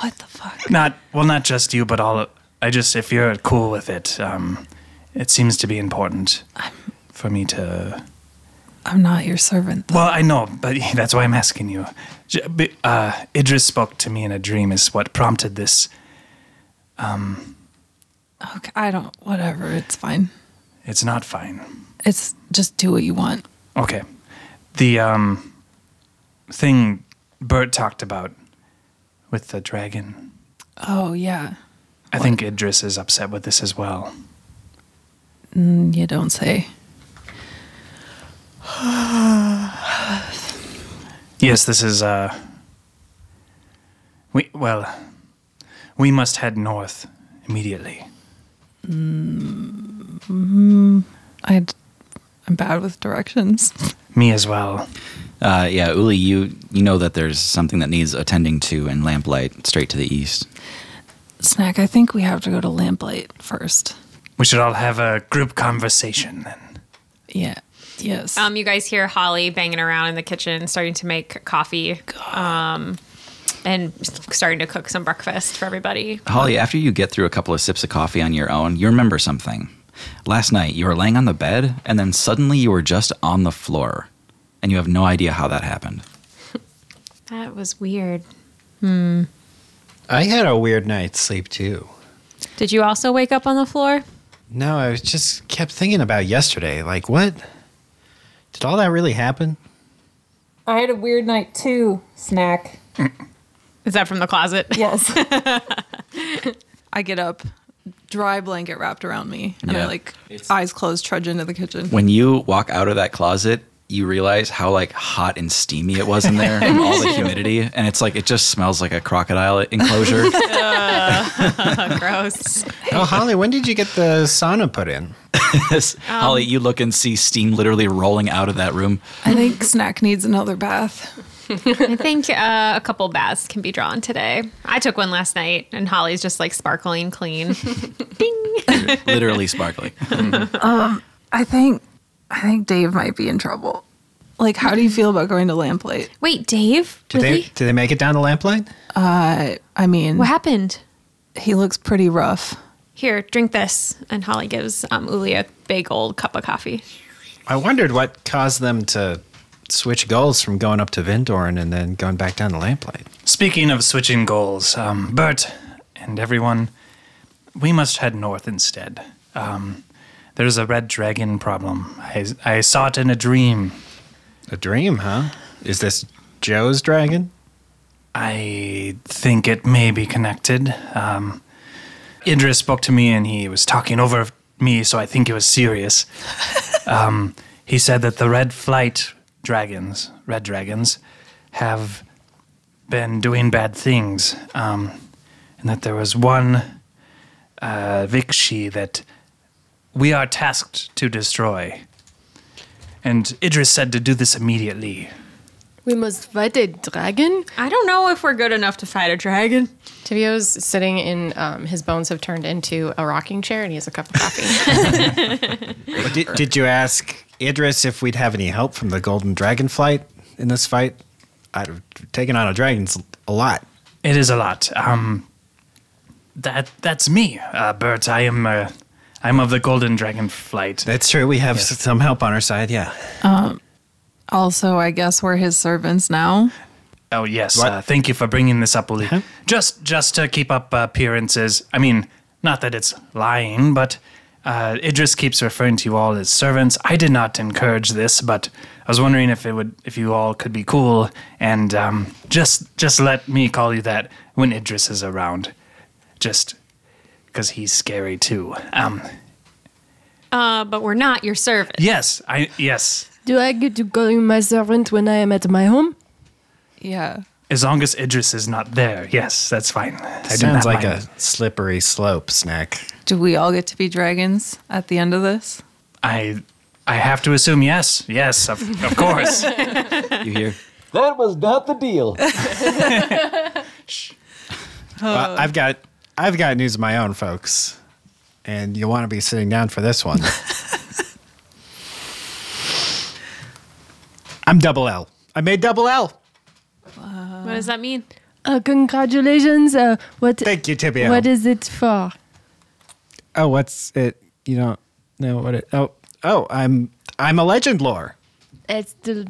Speaker 7: What the fuck?
Speaker 8: Not, well, not just you, but all, I just, if you're cool with it, um, it seems to be important for me to,
Speaker 7: I'm not your servant.
Speaker 8: well, I know, but [LAUGHS] that's why I'm asking you. J- b- Uh, Idris spoke to me in a dream is what prompted this.
Speaker 7: Okay, I don't. Whatever. It's fine.
Speaker 8: It's not fine.
Speaker 7: It's just do what you want.
Speaker 8: Okay. The um thing Bert talked about with the dragon.
Speaker 7: Oh yeah.
Speaker 8: I think Idris is upset with this as well.
Speaker 7: Mm, You don't say.
Speaker 8: Yes, this is uh we well we must head north immediately.
Speaker 7: I. I'm bad with directions.
Speaker 8: Me as well.
Speaker 1: Uh, yeah, Uli, you, you know that there's something that needs attending to in lamplight straight to the east.
Speaker 7: Snack. I think we have to go to Lamplight first.
Speaker 8: We should all have a group conversation then.
Speaker 7: Yeah. Yes.
Speaker 2: Um, you guys hear Holly banging around in the kitchen, starting to make coffee, um, and starting to cook some breakfast for everybody.
Speaker 1: Holly, after you get through a couple of sips of coffee on your own, you remember something. Last night, you were laying on the bed, and then suddenly you were just on the floor, and you have no idea how that happened.
Speaker 2: That was weird.
Speaker 3: I had a weird night's sleep too.
Speaker 2: Did you also wake up on the floor?
Speaker 3: No, I was just kept thinking about yesterday. Like, what? Did all that really happen?
Speaker 9: I had a weird night too. Snack.
Speaker 2: Is that from the closet?
Speaker 9: Yes.
Speaker 7: I get up, dry blanket wrapped around me, and
Speaker 1: Yeah.
Speaker 7: I like eyes closed, trudge into the kitchen.
Speaker 1: When you walk out of that closet, you realize how like hot and steamy it was in there from all the humidity, and it's like it just smells like a crocodile enclosure.
Speaker 2: [LAUGHS]
Speaker 1: [LAUGHS]
Speaker 2: Gross.
Speaker 3: Oh, Holly, when did you get the sauna put in?
Speaker 1: Holly, you look and see steam literally rolling out of that room.
Speaker 7: I think Snack needs another bath.
Speaker 2: I think uh, a couple baths can be drawn today. I took one last night, and Holly's just like sparkling [LAUGHS] clean.
Speaker 1: literally sparkling.
Speaker 7: I think I think Dave might be in trouble. Like, how do you feel about going to Lamplight?
Speaker 2: Wait, Dave?
Speaker 3: Did
Speaker 2: really?
Speaker 3: they did they make it down the lamplight?
Speaker 7: Uh, I mean,
Speaker 2: what happened?
Speaker 7: he looks pretty rough.
Speaker 2: Here, drink this. And Holly gives um, Uli a big old cup of coffee.
Speaker 3: I wondered what caused them to switch goals from going up to Vindorn and then going back down the lamplight.
Speaker 8: Speaking of switching goals, um, Bert and everyone, we must head north instead. Um, there's a red dragon problem. I, I saw it in a dream.
Speaker 3: A dream, huh? Is this Joe's dragon?
Speaker 8: I think it may be connected. Um, Idris spoke to me and he was talking over me, so I think it was serious. um, he said that the red flight dragons, red dragons, have been doing bad things, um, and that there was one uh, Vixie that we are tasked to destroy. And Idris said to do this immediately.
Speaker 4: [LAUGHS] We must fight a dragon?
Speaker 2: I don't know if we're good enough to fight a dragon.
Speaker 9: Tibio's sitting in, um, his bones have turned into a rocking chair and he has a cup of coffee.
Speaker 3: Did, did you ask Idris if we'd have any help from the Golden Dragonflight in this fight? I've taken on a dragon's a lot.
Speaker 7: It is a lot. Um, that that's me, uh, Bert. I am. Uh, I'm of the Golden Dragon Flight.
Speaker 3: That's true. We have s- some help on our side. Yeah.
Speaker 5: Also, I guess we're his servants now.
Speaker 7: Oh yes,
Speaker 3: What?
Speaker 7: uh, thank you for bringing this up, Uli. Just just to keep up appearances. I mean, not that it's lying, but uh, Idris keeps referring to you all as servants. I did not encourage this, but I was wondering if it would if you all could be cool and um, just just let me call you that when Idris is around, just because he's scary too. Um,
Speaker 2: Uh, but we're not your servant.
Speaker 7: yes, I yes.
Speaker 4: Do I get to call you my servant when I am at my home?
Speaker 5: Yeah.
Speaker 7: As long as Idris is not there, yes, that's fine. I do
Speaker 3: Sounds
Speaker 7: not
Speaker 3: like
Speaker 7: mind.
Speaker 3: a slippery slope snack.
Speaker 5: Do we all get to be dragons at the end of this?
Speaker 7: I I have to assume yes. Yes, of, of
Speaker 5: [LAUGHS]
Speaker 7: course.
Speaker 1: You hear?
Speaker 12: That was not the deal.
Speaker 4: Oh.
Speaker 3: well, I've got I've got news of my own, folks, and you'll want to be sitting down for this
Speaker 4: [LAUGHS]
Speaker 3: one. I'm double L. I made double L.
Speaker 2: What does that mean?
Speaker 4: Uh, congratulations. Uh, what,
Speaker 3: Thank you, Tibio.
Speaker 4: what is it for?
Speaker 3: oh, what's it? You don't know what it? Oh, oh, I'm I'm a legend lore.
Speaker 4: It's still.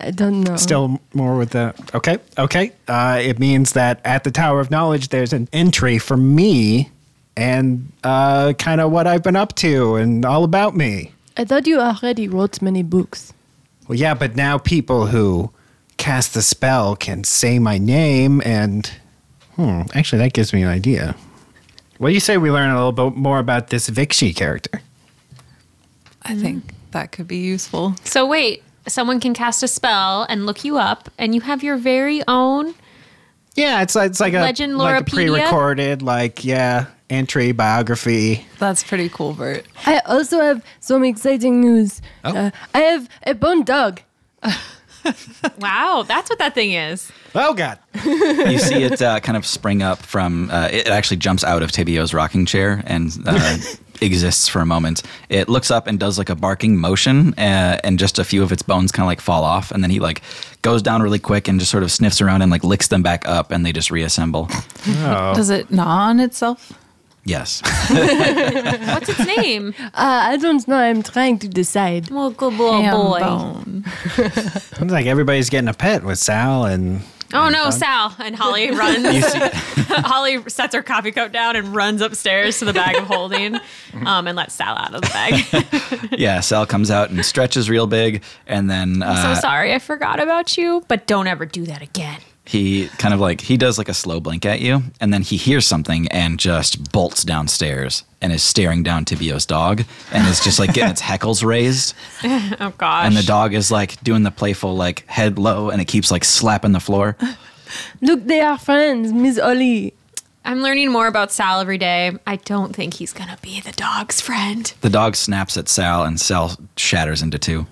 Speaker 4: I don't know.
Speaker 3: Still more with the okay, okay. Uh, it means that at the Tower of Knowledge, there's an entry for me and uh, kind of what I've been up to and all about me.
Speaker 4: I thought you already wrote many books.
Speaker 3: Well, yeah, but now people who cast the spell can say my name, and hmm, actually, that gives me an idea. What do you say we learn a little bit more about this Vixie character?
Speaker 5: I think that could be useful.
Speaker 2: So wait, someone can cast a spell and look you up, and you have your very own.
Speaker 3: Yeah, it's like it's like a
Speaker 2: Legend
Speaker 3: like a
Speaker 2: Loropedia?
Speaker 3: pre-recorded, like yeah, entry biography.
Speaker 5: That's pretty cool, Bert.
Speaker 4: I also have some exciting news. Uh, I have a bone dog.
Speaker 2: Wow, that's what that thing is.
Speaker 3: Oh [LAUGHS] God,
Speaker 1: You see it uh, kind of spring up from. Uh, it actually jumps out of Tibio's rocking chair and uh, exists for a moment. It looks up and does like a barking motion, uh, and just a few of its bones kind of like fall off, and then he like goes down really quick and just sort of sniffs around and like licks them back up, and they just reassemble.
Speaker 3: Oh.
Speaker 5: Does it gnaw on itself?
Speaker 1: Yes. [LAUGHS]
Speaker 2: What's its [LAUGHS] name?
Speaker 4: Uh, I don't know. I'm trying to decide.
Speaker 2: well, good little
Speaker 5: Ham
Speaker 2: boy.
Speaker 5: bone.
Speaker 3: sounds like everybody's getting a pet with Sal and
Speaker 2: Oh no, Sal and
Speaker 1: [LAUGHS]
Speaker 2: Holly runs. [LAUGHS] Holly sets her coffee cup down and runs upstairs to the bag of holding,
Speaker 1: Mm-hmm.
Speaker 2: um, and lets Sal out of the bag.
Speaker 1: yeah. Sal comes out and stretches real big, and then [LAUGHS] uh,
Speaker 2: so sorry, I forgot about you, but don't ever do that again.
Speaker 1: he kind of like he does like a slow blink at you and then he hears something and just bolts downstairs and is staring down tibio's dog and is just like getting its heckles raised
Speaker 2: Oh gosh.
Speaker 1: and the dog is like doing the playful like head low and it keeps like slapping the floor
Speaker 4: Look, they are friends, Miss Ollie.
Speaker 2: I'm learning more about Sal every day. I don't think he's gonna be the dog's friend.
Speaker 1: the dog snaps at sal and sal shatters into two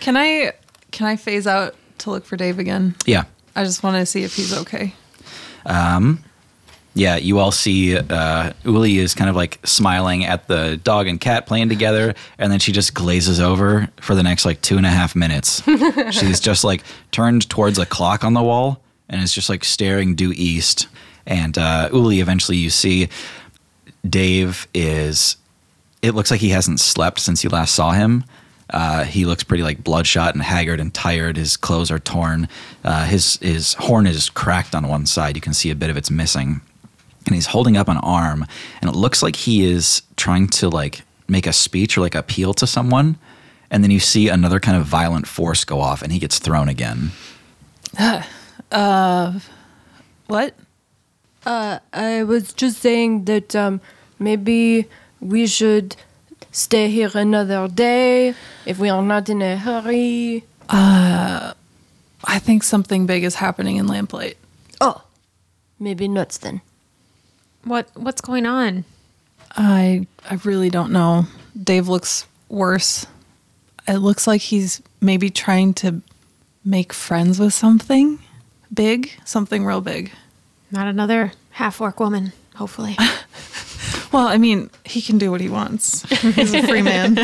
Speaker 5: Can I can I phase out to look for Dave again?
Speaker 1: yeah
Speaker 5: I just want to see if he's okay.
Speaker 1: yeah, you all see uh, Uli is kind of like smiling at the dog and cat playing together, and then she just glazes over for the next like two and a half minutes. She's just like turned towards a clock on the wall and is just like staring due east. And uh, Uli, eventually, you see Dave is. It looks like he hasn't slept since you last saw him. Uh, he looks pretty like bloodshot and haggard and tired. His clothes are torn. Uh, his his horn is cracked on one side. You can see a bit of it's missing and he's holding up an arm and it looks like he is trying to like make a speech or like appeal to someone and then you see another kind of violent force go off and he gets thrown again
Speaker 5: What?
Speaker 4: Uh, I was just saying that um, maybe we should stay here another day if we are not in a hurry.
Speaker 5: I think something big is happening in Lamplight.
Speaker 4: Oh, maybe not then.
Speaker 2: What what's going on?
Speaker 5: I I really don't know. Dave looks worse. It looks like he's maybe trying to make friends with something big, something real big.
Speaker 2: Not another half orc woman,
Speaker 1: [LAUGHS]
Speaker 2: hopefully.
Speaker 5: Well, I mean, he can do what he wants. He's a free man.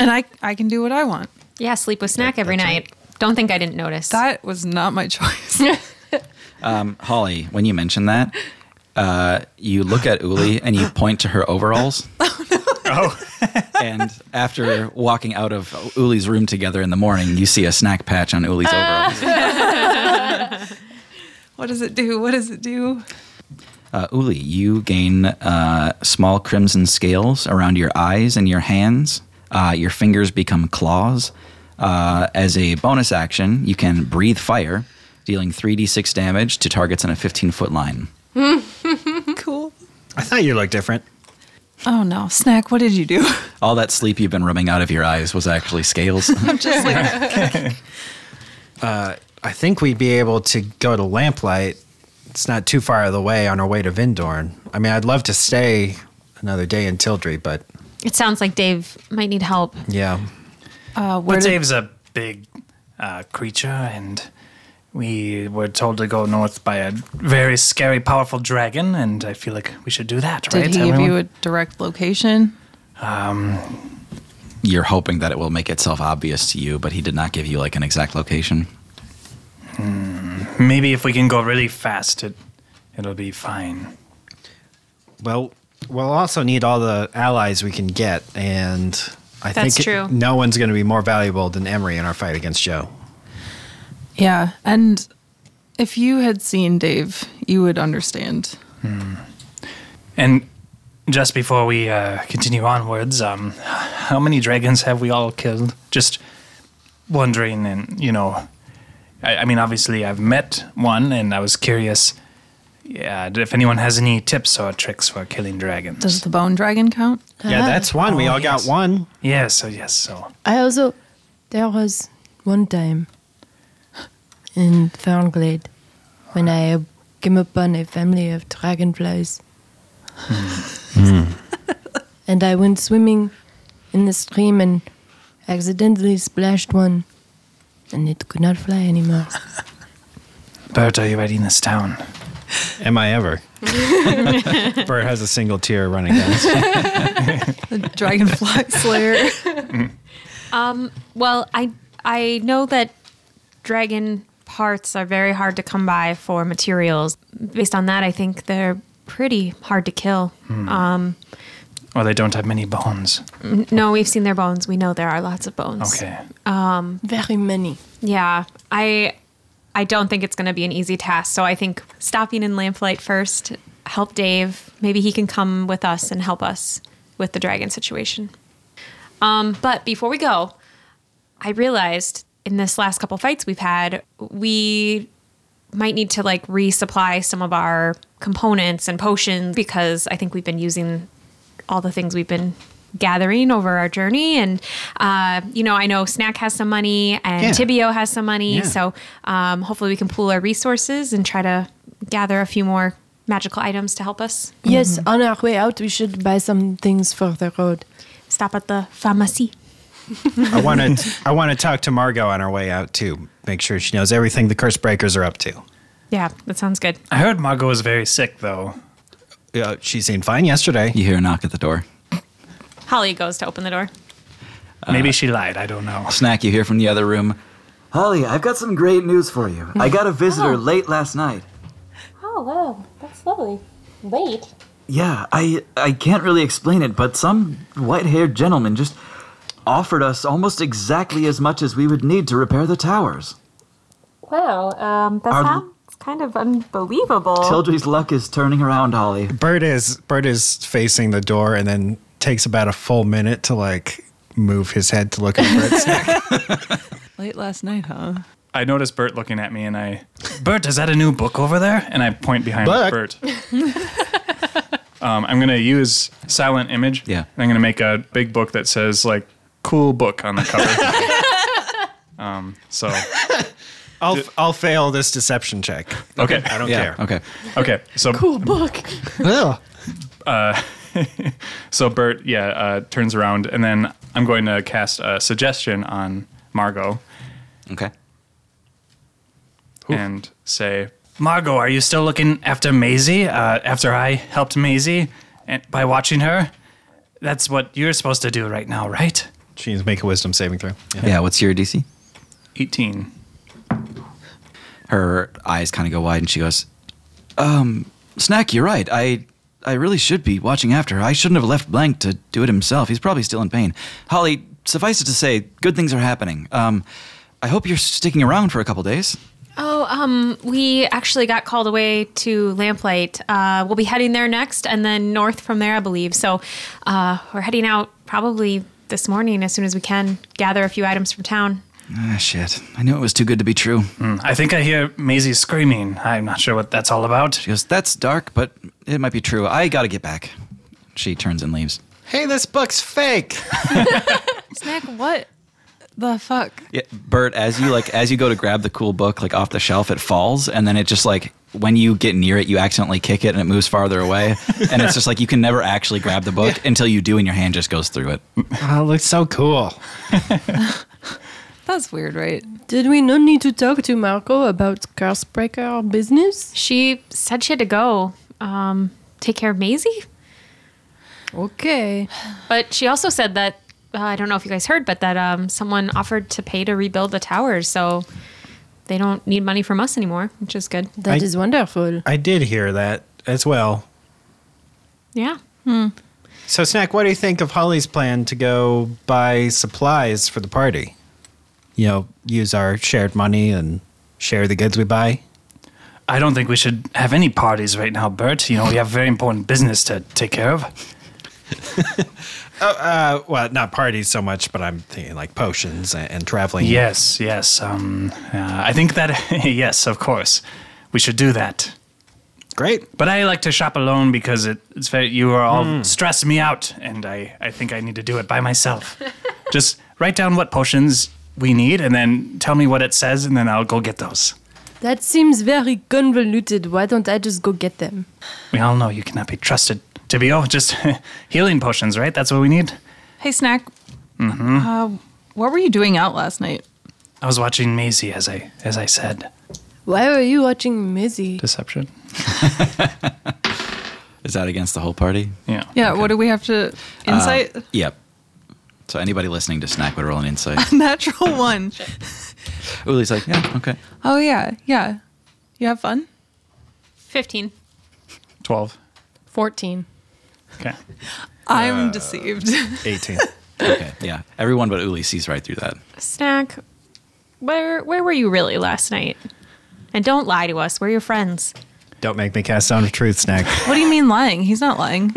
Speaker 5: and I I can do what I want.
Speaker 2: yeah, sleep with snack every night. Don't think I didn't notice.
Speaker 5: That was not my choice.
Speaker 1: Um, Holly, when you mention that, uh, you look at Uli and you point to her overalls. Oh, no. and after walking out of Uli's room together in the morning, you see a snack patch on Uli's overalls.
Speaker 5: What does it do? What does it do?
Speaker 1: Uh, Uli, you gain uh, small crimson scales around your eyes and your hands. Uh, your fingers become claws. Uh, as a bonus action, you can breathe fire, dealing 3d6 damage to targets in a 15 foot line.
Speaker 5: Cool.
Speaker 3: I thought you looked different.
Speaker 5: Oh no, snack. What did you do? [LAUGHS]
Speaker 1: All that sleep you've been rubbing out of your eyes was actually scales.
Speaker 5: Just like
Speaker 3: I think we'd be able to go to Lamplight. It's not too far out of the way on our way to Vindorn. I mean, I'd love to stay another day in Tildry, but
Speaker 2: it sounds like Dave might need help.
Speaker 3: yeah.
Speaker 5: uh,
Speaker 8: But
Speaker 5: where did,
Speaker 8: Dave's a big uh, creature, and we were told to go north by a very scary, powerful dragon, and I feel like we should do that,
Speaker 5: did
Speaker 8: right?
Speaker 5: he give
Speaker 8: everyone?
Speaker 5: you a direct location?
Speaker 1: you're hoping that it will make itself obvious to you, but he did not give you like an exact location.
Speaker 8: Maybe if we can go really fast, it it'll be fine.
Speaker 3: Well, we'll also need all the allies we can get, and I
Speaker 2: That's
Speaker 3: think
Speaker 2: true.
Speaker 3: no one's going to be more valuable than Emery in our fight against Joe.
Speaker 5: Yeah, and if you had seen Dave, you would understand.
Speaker 8: And just before we uh, continue onwards, um, how many dragons have we all killed? Just wondering, and you know, I, I mean, obviously, I've met one, and I was curious. Yeah, if anyone has any tips or tricks for killing dragons.
Speaker 5: Does the bone dragon count?
Speaker 2: Ah.
Speaker 3: Yeah, that's one. we all
Speaker 8: yes.
Speaker 3: got one.
Speaker 8: yes, so yes, so
Speaker 4: I also there was one time in Fernglade when I came upon a family of dragonflies. Hmm. [LAUGHS] and I went swimming in the stream and accidentally splashed one and it could not fly anymore.
Speaker 8: Bert, are you ready in this town?
Speaker 3: Am
Speaker 2: [LAUGHS]
Speaker 3: I ever? Bert has a single tear running down. his-
Speaker 5: The [LAUGHS] dragonfly slayer.
Speaker 2: Well, I I know that dragon parts are very hard to come by for materials. Based on that, I think they're pretty hard to kill. Um,
Speaker 8: Well, they don't have many bones.
Speaker 2: n- no, we've seen their bones. We know there are lots of bones.
Speaker 8: Okay.
Speaker 4: [LAUGHS] Very many.
Speaker 2: Yeah, I I don't think it's going to be an easy task. So I think stopping in Lamplight first, help Dave. Maybe he can come with us and help us with the dragon situation. Um, but before we go, I realized in this last couple fights we've had, we might need to like resupply some of our components and potions because I think we've been using all the things we've been gathering over our journey. And, uh, you know, I know Snack has some money and
Speaker 3: Yeah.
Speaker 2: Tibio has some money.
Speaker 3: Yeah.
Speaker 2: So um, hopefully we can pool our resources and try to gather a few more magical items to help us.
Speaker 4: Yes, on our way out we should buy some things for the road.
Speaker 2: Stop at the pharmacy.
Speaker 3: I want to. I want to talk to Margot on our way out too. Make sure she knows everything the Curse Breakers are up to.
Speaker 2: Yeah, that sounds good.
Speaker 8: I heard Margot was very sick, though.
Speaker 3: Uh, she seemed fine yesterday.
Speaker 1: You hear a knock at the door.
Speaker 2: Holly goes to open the door.
Speaker 8: Maybe she lied. I don't know.
Speaker 1: Snack, you hear from the other room. Holly, I've got some great news for you. I
Speaker 9: [LAUGHS]
Speaker 1: got a visitor late last night.
Speaker 6: Oh, wow. That's lovely. Late.
Speaker 1: Yeah, I I can't really explain it, but some white-haired gentleman just offered us almost exactly as much as we would need to repair the towers.
Speaker 6: Wow. Um, that
Speaker 1: Our-
Speaker 6: sounds kind of unbelievable.
Speaker 2: Oh.
Speaker 1: Tildry's luck is turning around, Holly.
Speaker 3: Bert is Bert is facing the door and then takes about a full minute to like move his head to look over at Snack.
Speaker 5: Late last night, huh?
Speaker 7: I noticed Bert looking at me and I
Speaker 8: Bert, is that a new book over there?
Speaker 7: and I point behind
Speaker 3: Look.
Speaker 7: Bert. um, I'm gonna use silent image.
Speaker 1: Yeah.
Speaker 7: And I'm gonna make a big book that says like cool book on the cover. [LAUGHS] um, so
Speaker 3: I'll I'll fail this deception check.
Speaker 7: okay,
Speaker 3: I don't
Speaker 1: Yeah.
Speaker 3: care.
Speaker 1: Okay.
Speaker 7: okay. So
Speaker 4: Cool book.
Speaker 3: Ugh.
Speaker 7: so Bert, yeah, uh, turns around, and then I'm going to cast a suggestion on Margot.
Speaker 1: Okay.
Speaker 7: And say,
Speaker 8: Margot, are you still looking after Maisie? Uh, after I helped Maisie and, by watching her? That's what you're supposed to do right now, right?
Speaker 3: She needs to make a wisdom saving throw.
Speaker 1: Yeah. what's your DC?
Speaker 7: 18.
Speaker 1: Her eyes kind of go wide and she goes, Um, Snack, you're right. I I really should be watching after. I shouldn't have left Blank to do it himself. He's probably still in pain. Holly, suffice it to say, good things are happening. Um, I hope you're sticking around for a couple days.
Speaker 2: Oh, um, we actually got called away to Lamplight. Uh, we'll be heading there next, and then north from there, I believe. So uh, we're heading out probably this morning as soon as we can. Gather a few items from town.
Speaker 1: Ah, shit. I knew it was too good to be true.
Speaker 8: Hmm. I think I hear Maisie screaming. I'm not sure what that's all about.
Speaker 1: She goes, That's dark, but it might be true. I gotta get back. She turns and leaves.
Speaker 3: Hey, this book's fake.
Speaker 5: Snack, what the fuck?
Speaker 1: Yeah, Bert, as you like, as you go to grab the cool book like off the shelf, it falls, and then it just like when you get near it, you accidentally kick it, and it moves farther away, and it's just like you can never actually grab the book until you do, and your hand just goes through it.
Speaker 3: oh, it looks so cool.
Speaker 5: That's weird, right?
Speaker 4: Did we not need to talk to Marco about Cursebreaker business?
Speaker 2: She said she had to go um, take care of Maisie,
Speaker 4: Okay.
Speaker 2: but she also said that uh, I don't know if you guys heard, but that um, someone offered to pay to rebuild the towers, so they don't need money from us anymore, which is good.
Speaker 4: that is
Speaker 3: I-
Speaker 4: wonderful.
Speaker 3: I did hear that as well.
Speaker 2: Yeah.
Speaker 3: So, Snack, what do you think of Holly's plan to go buy supplies for the party? You know, use our shared money and share the goods we buy.
Speaker 8: I don't think we should have any parties right now, Bert. You know, we have very important business to take care of.
Speaker 3: Uh, well, not parties so much, but I'm thinking like potions and, and traveling.
Speaker 8: Yes, yes. Um, uh, I think that, [LAUGHS] yes, of course. We should do that.
Speaker 3: Great.
Speaker 8: But I like to shop alone because it, it's very, you are all stress me out, and I, I think I need to do it by [LAUGHS] myself. Just write down what potions we need, and then tell me what it says, and then I'll go get those.
Speaker 4: That seems very convoluted. Why don't I just go get them?
Speaker 8: We all know you cannot be trusted to be oh, just [LAUGHS] healing potions, right? That's what we need.
Speaker 5: Hey, Snack. Mm-hmm. Uh, what were you doing out last night?
Speaker 8: I was watching Maisie as I as I said.
Speaker 4: Why were you watching Mizzy?
Speaker 8: Deception.
Speaker 1: Is that against the whole party?
Speaker 8: Yeah.
Speaker 5: Yeah, what do we have to insight? [LAUGHS]
Speaker 1: Yep. So anybody listening to Snack would roll an insight.
Speaker 5: Natural one.
Speaker 1: Uli's like, yeah, okay.
Speaker 5: Oh yeah, yeah. You have fun?
Speaker 2: 15.
Speaker 8: Twelve.
Speaker 9: 14.
Speaker 8: Okay.
Speaker 5: I'm deceived.
Speaker 3: 18.
Speaker 1: Okay, yeah. Everyone but Uli sees right through that.
Speaker 2: Snack, where where were you really last night? And don't lie to us. We're your friends.
Speaker 3: [LAUGHS] Don't make me cast Sound of Truth, Snack.
Speaker 5: [LAUGHS] what do you mean lying? He's not lying.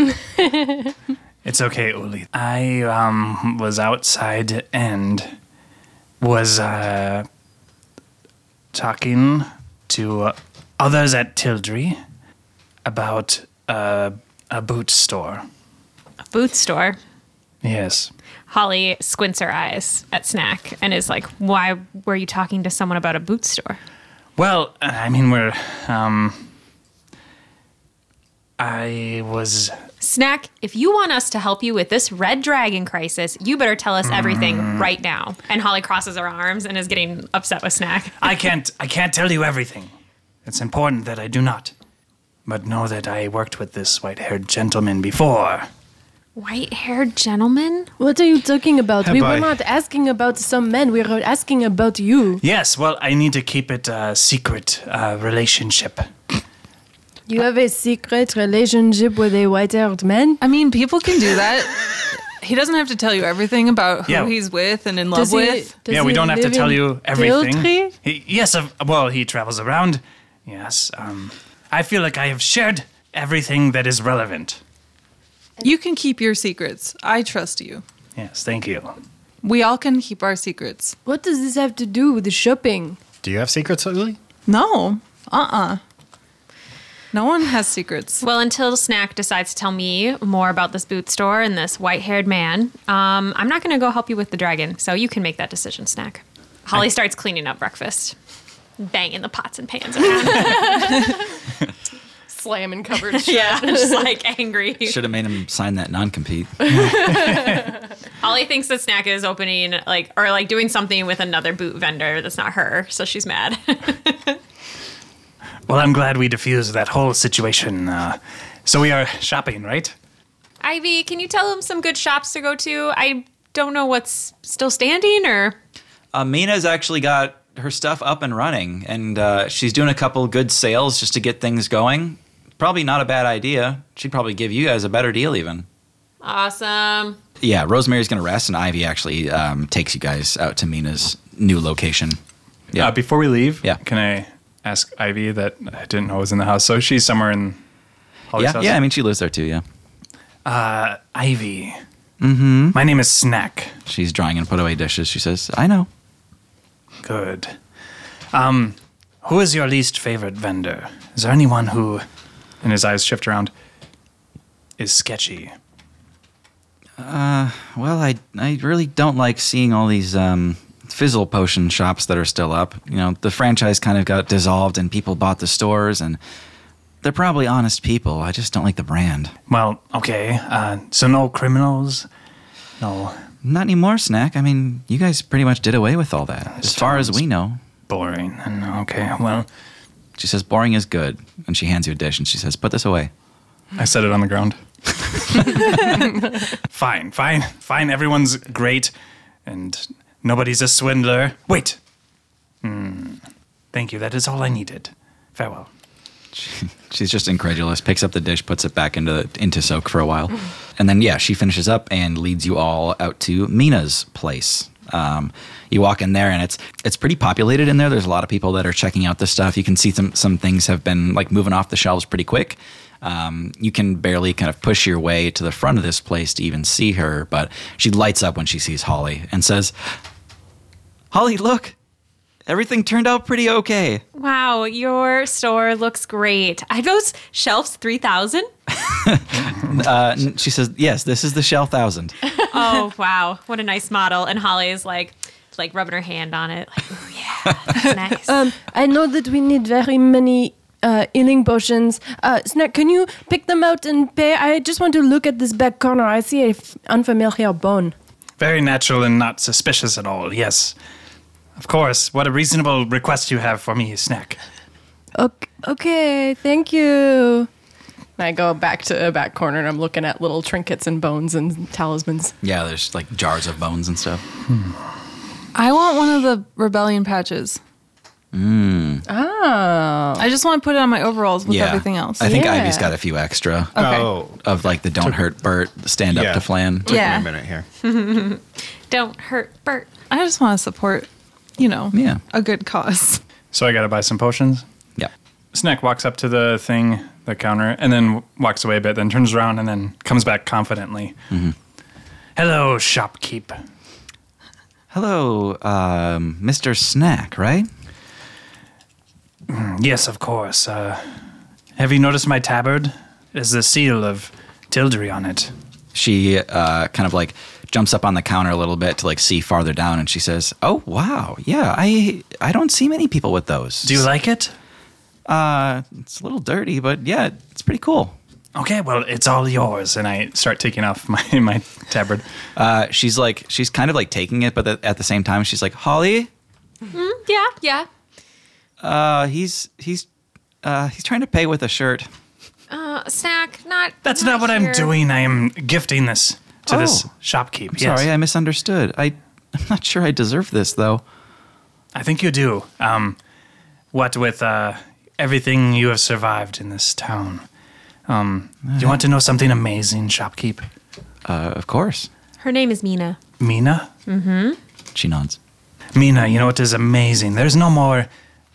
Speaker 8: It's okay, Uli. I um was outside and was uh talking to others at Tildry about uh, a boot store.
Speaker 2: A boot store.
Speaker 8: Yes.
Speaker 2: Holly squints her eyes at Snack and is like, "Why were you talking to someone about a boot store?"
Speaker 8: Well, I mean we're um I was
Speaker 2: Snack, if you want us to help you with this red dragon crisis, you better tell us everything right now. And Holly crosses her arms and is getting upset with Snack.
Speaker 8: I can't I can't tell you everything. It's important that I do not. But know that I worked with this white-haired gentleman before.
Speaker 2: White-haired gentleman?
Speaker 4: What are you talking about? we
Speaker 3: boy.
Speaker 4: were not asking about some men. We were asking about you.
Speaker 8: Yes, well, I need to keep it a secret uh, relationship.
Speaker 4: You have a secret relationship with a white-haired man.
Speaker 5: I mean, people can do that. He doesn't have to tell you everything about who
Speaker 8: Yeah.
Speaker 5: he's with and in love with.
Speaker 4: does
Speaker 8: yeah, we
Speaker 4: he
Speaker 8: don't have to
Speaker 4: live
Speaker 8: tell
Speaker 4: in
Speaker 8: you everything.
Speaker 4: Tiltree?
Speaker 8: He, yes, of, well, he travels around. Yes, um, I feel like I have shared everything that is relevant.
Speaker 5: You can keep your secrets. I trust you.
Speaker 8: Yes, thank you.
Speaker 5: We all can keep our secrets.
Speaker 4: What does this have to do with the shopping?
Speaker 3: Do you have secrets, Lily?
Speaker 5: No. Uh uh No one has secrets.
Speaker 2: Well, until Snack decides to tell me more about this boot store and this white haired man, um, I'm not going to go help you with the dragon. So you can make that decision, Snack. Holly starts cleaning up breakfast, banging the pots and pans around.
Speaker 9: slamming covered [LAUGHS]
Speaker 2: [LAUGHS]
Speaker 9: shut.
Speaker 2: yeah, just like angry.
Speaker 1: Should have made him sign that non compete.
Speaker 2: Holly thinks that Snack is opening like or like doing something with another boot vendor that's not her, so she's mad. [LAUGHS]
Speaker 8: Well, I'm glad we diffused that whole situation. Uh, so we are shopping, right?
Speaker 2: Ivy, can you tell him some good shops to go to? I don't know what's still standing or
Speaker 1: Uh, Mina's actually got her stuff up and running, and uh, she's doing a couple good sales just to get things going. Probably not a bad idea. She'd probably give you guys a better deal, even.
Speaker 2: awesome.
Speaker 1: Yeah, Rosemary's gonna rest, and Ivy actually um, takes you guys out to Mina's new location. Yeah.
Speaker 7: Uh, before we leave,
Speaker 1: Yeah.
Speaker 7: can I ask Ivy that I didn't know was in the house? So she's somewhere in Holly's
Speaker 1: yeah,
Speaker 7: house.
Speaker 1: yeah. I mean, Oh, she lives there too. Yeah,
Speaker 8: Uh, Ivy.
Speaker 1: Mhm.
Speaker 8: My name is Snack.
Speaker 1: she's drying and put away dishes. She says, "I know."
Speaker 8: Good. Um, who is your least favorite vendor? Is there anyone who, and his eyes shift around, is sketchy?
Speaker 1: Uh, well, I I really don't like seeing all these um, fizzle potion shops that are still up. You know, the franchise kind of got dissolved, and people bought the stores, and they're probably honest people. I just don't like the brand.
Speaker 8: Well, okay. Uh, so no criminals? No.
Speaker 1: Not anymore, Snack. I mean, you guys pretty much did away with all that, as far as we know.
Speaker 8: Boring. And okay, well,
Speaker 1: She says, "Boring is good," and she hands you a dish, and she says, "Put this away."
Speaker 7: I set it on the ground.
Speaker 8: [LAUGHS] fine, fine, fine. Everyone's great, and nobody's a swindler. Wait. Hmm. Thank you. That is all I needed. Farewell.
Speaker 1: She's just incredulous, picks up the dish, puts it back into into soak for a while. And then yeah, she finishes up and leads you all out to Mina's place. Um, you walk in there and it's it's pretty populated in there. There's a lot of people that are checking out the stuff. You can see some some things have been like moving off the shelves pretty quick. Um, you can barely kind of push your way to the front of this place to even see her, but she lights up when she sees Holly and says, "Holly, look, everything turned out pretty okay."
Speaker 2: Wow, your store looks great. Are those shelves [LAUGHS] 3000?
Speaker 1: Uh, and she says, "Yes, this is the Shell Thousand.
Speaker 2: Oh, wow. What a nice model. And Holly is like like rubbing her hand on it. Like, oh yeah, [LAUGHS] that's nice.
Speaker 4: Um, I know that we need very many uh, healing potions. Uh, Snack, can you pick them out and pay? I just want to look at this back corner. I see a f- unfamiliar bone.
Speaker 8: Very natural and not suspicious at all. Yes. Of course. What a reasonable request you have for me, Snack.
Speaker 4: Okay, okay thank you.
Speaker 9: And I go back to a back corner and I'm looking at little trinkets and bones and talismans.
Speaker 1: Yeah, there's like jars of bones and stuff.
Speaker 5: I want one of the rebellion patches.
Speaker 9: Oh.
Speaker 5: I just want to put it on my overalls with
Speaker 1: Hmm. yeah,
Speaker 5: everything else.
Speaker 1: I think
Speaker 9: Yeah.
Speaker 1: Ivy's got a few extra
Speaker 5: Okay.
Speaker 3: Oh,
Speaker 1: of like the "Don't Hurt Bert" stand
Speaker 3: Yeah.
Speaker 1: up to Flan.
Speaker 5: yeah.
Speaker 3: wait a minute here.
Speaker 2: Don't hurt Bert.
Speaker 5: I just want to support, you know,
Speaker 1: Yeah.
Speaker 5: a good cause.
Speaker 7: So I got to buy some potions.
Speaker 1: Yeah,
Speaker 7: Snack walks up to the thing, the counter, and then walks away a bit, then turns around and then comes back confidently.
Speaker 8: Hello, shopkeep.
Speaker 1: Hello, um, Mr. Snack, right?
Speaker 8: Yes, of course. Uh, have you noticed my tabard? There's the seal of Tildry on it.
Speaker 1: She uh, kind of like jumps up on the counter a little bit to like see farther down, and she says, "Oh wow, yeah, I I don't see many people with those.
Speaker 8: Do you like it?
Speaker 1: Uh, it's a little dirty, but yeah, it's pretty cool."
Speaker 8: Okay, well, it's all yours. And I start taking off my, [LAUGHS] my tabard.
Speaker 1: Uh, she's like, she's kind of like taking it, but th- at the same time, she's like, "Holly,
Speaker 2: Yeah, yeah.
Speaker 1: uh, he's he's uh, he's trying to pay with a shirt."
Speaker 2: Uh, snack, not
Speaker 8: That's not, what
Speaker 2: here.
Speaker 8: I'm doing. I am gifting this to this
Speaker 1: Oh.
Speaker 8: shopkeep.
Speaker 1: I'm Sorry, I misunderstood. I, I'm not sure I deserve this though.
Speaker 8: I think you do. Um, what with uh, everything you have survived in this town. Um, do you want to know something amazing, shopkeep?
Speaker 1: Uh, of course,
Speaker 2: Her name is Mina.
Speaker 8: Mina?
Speaker 1: she nods.
Speaker 8: Mina, you know what is amazing? There's no more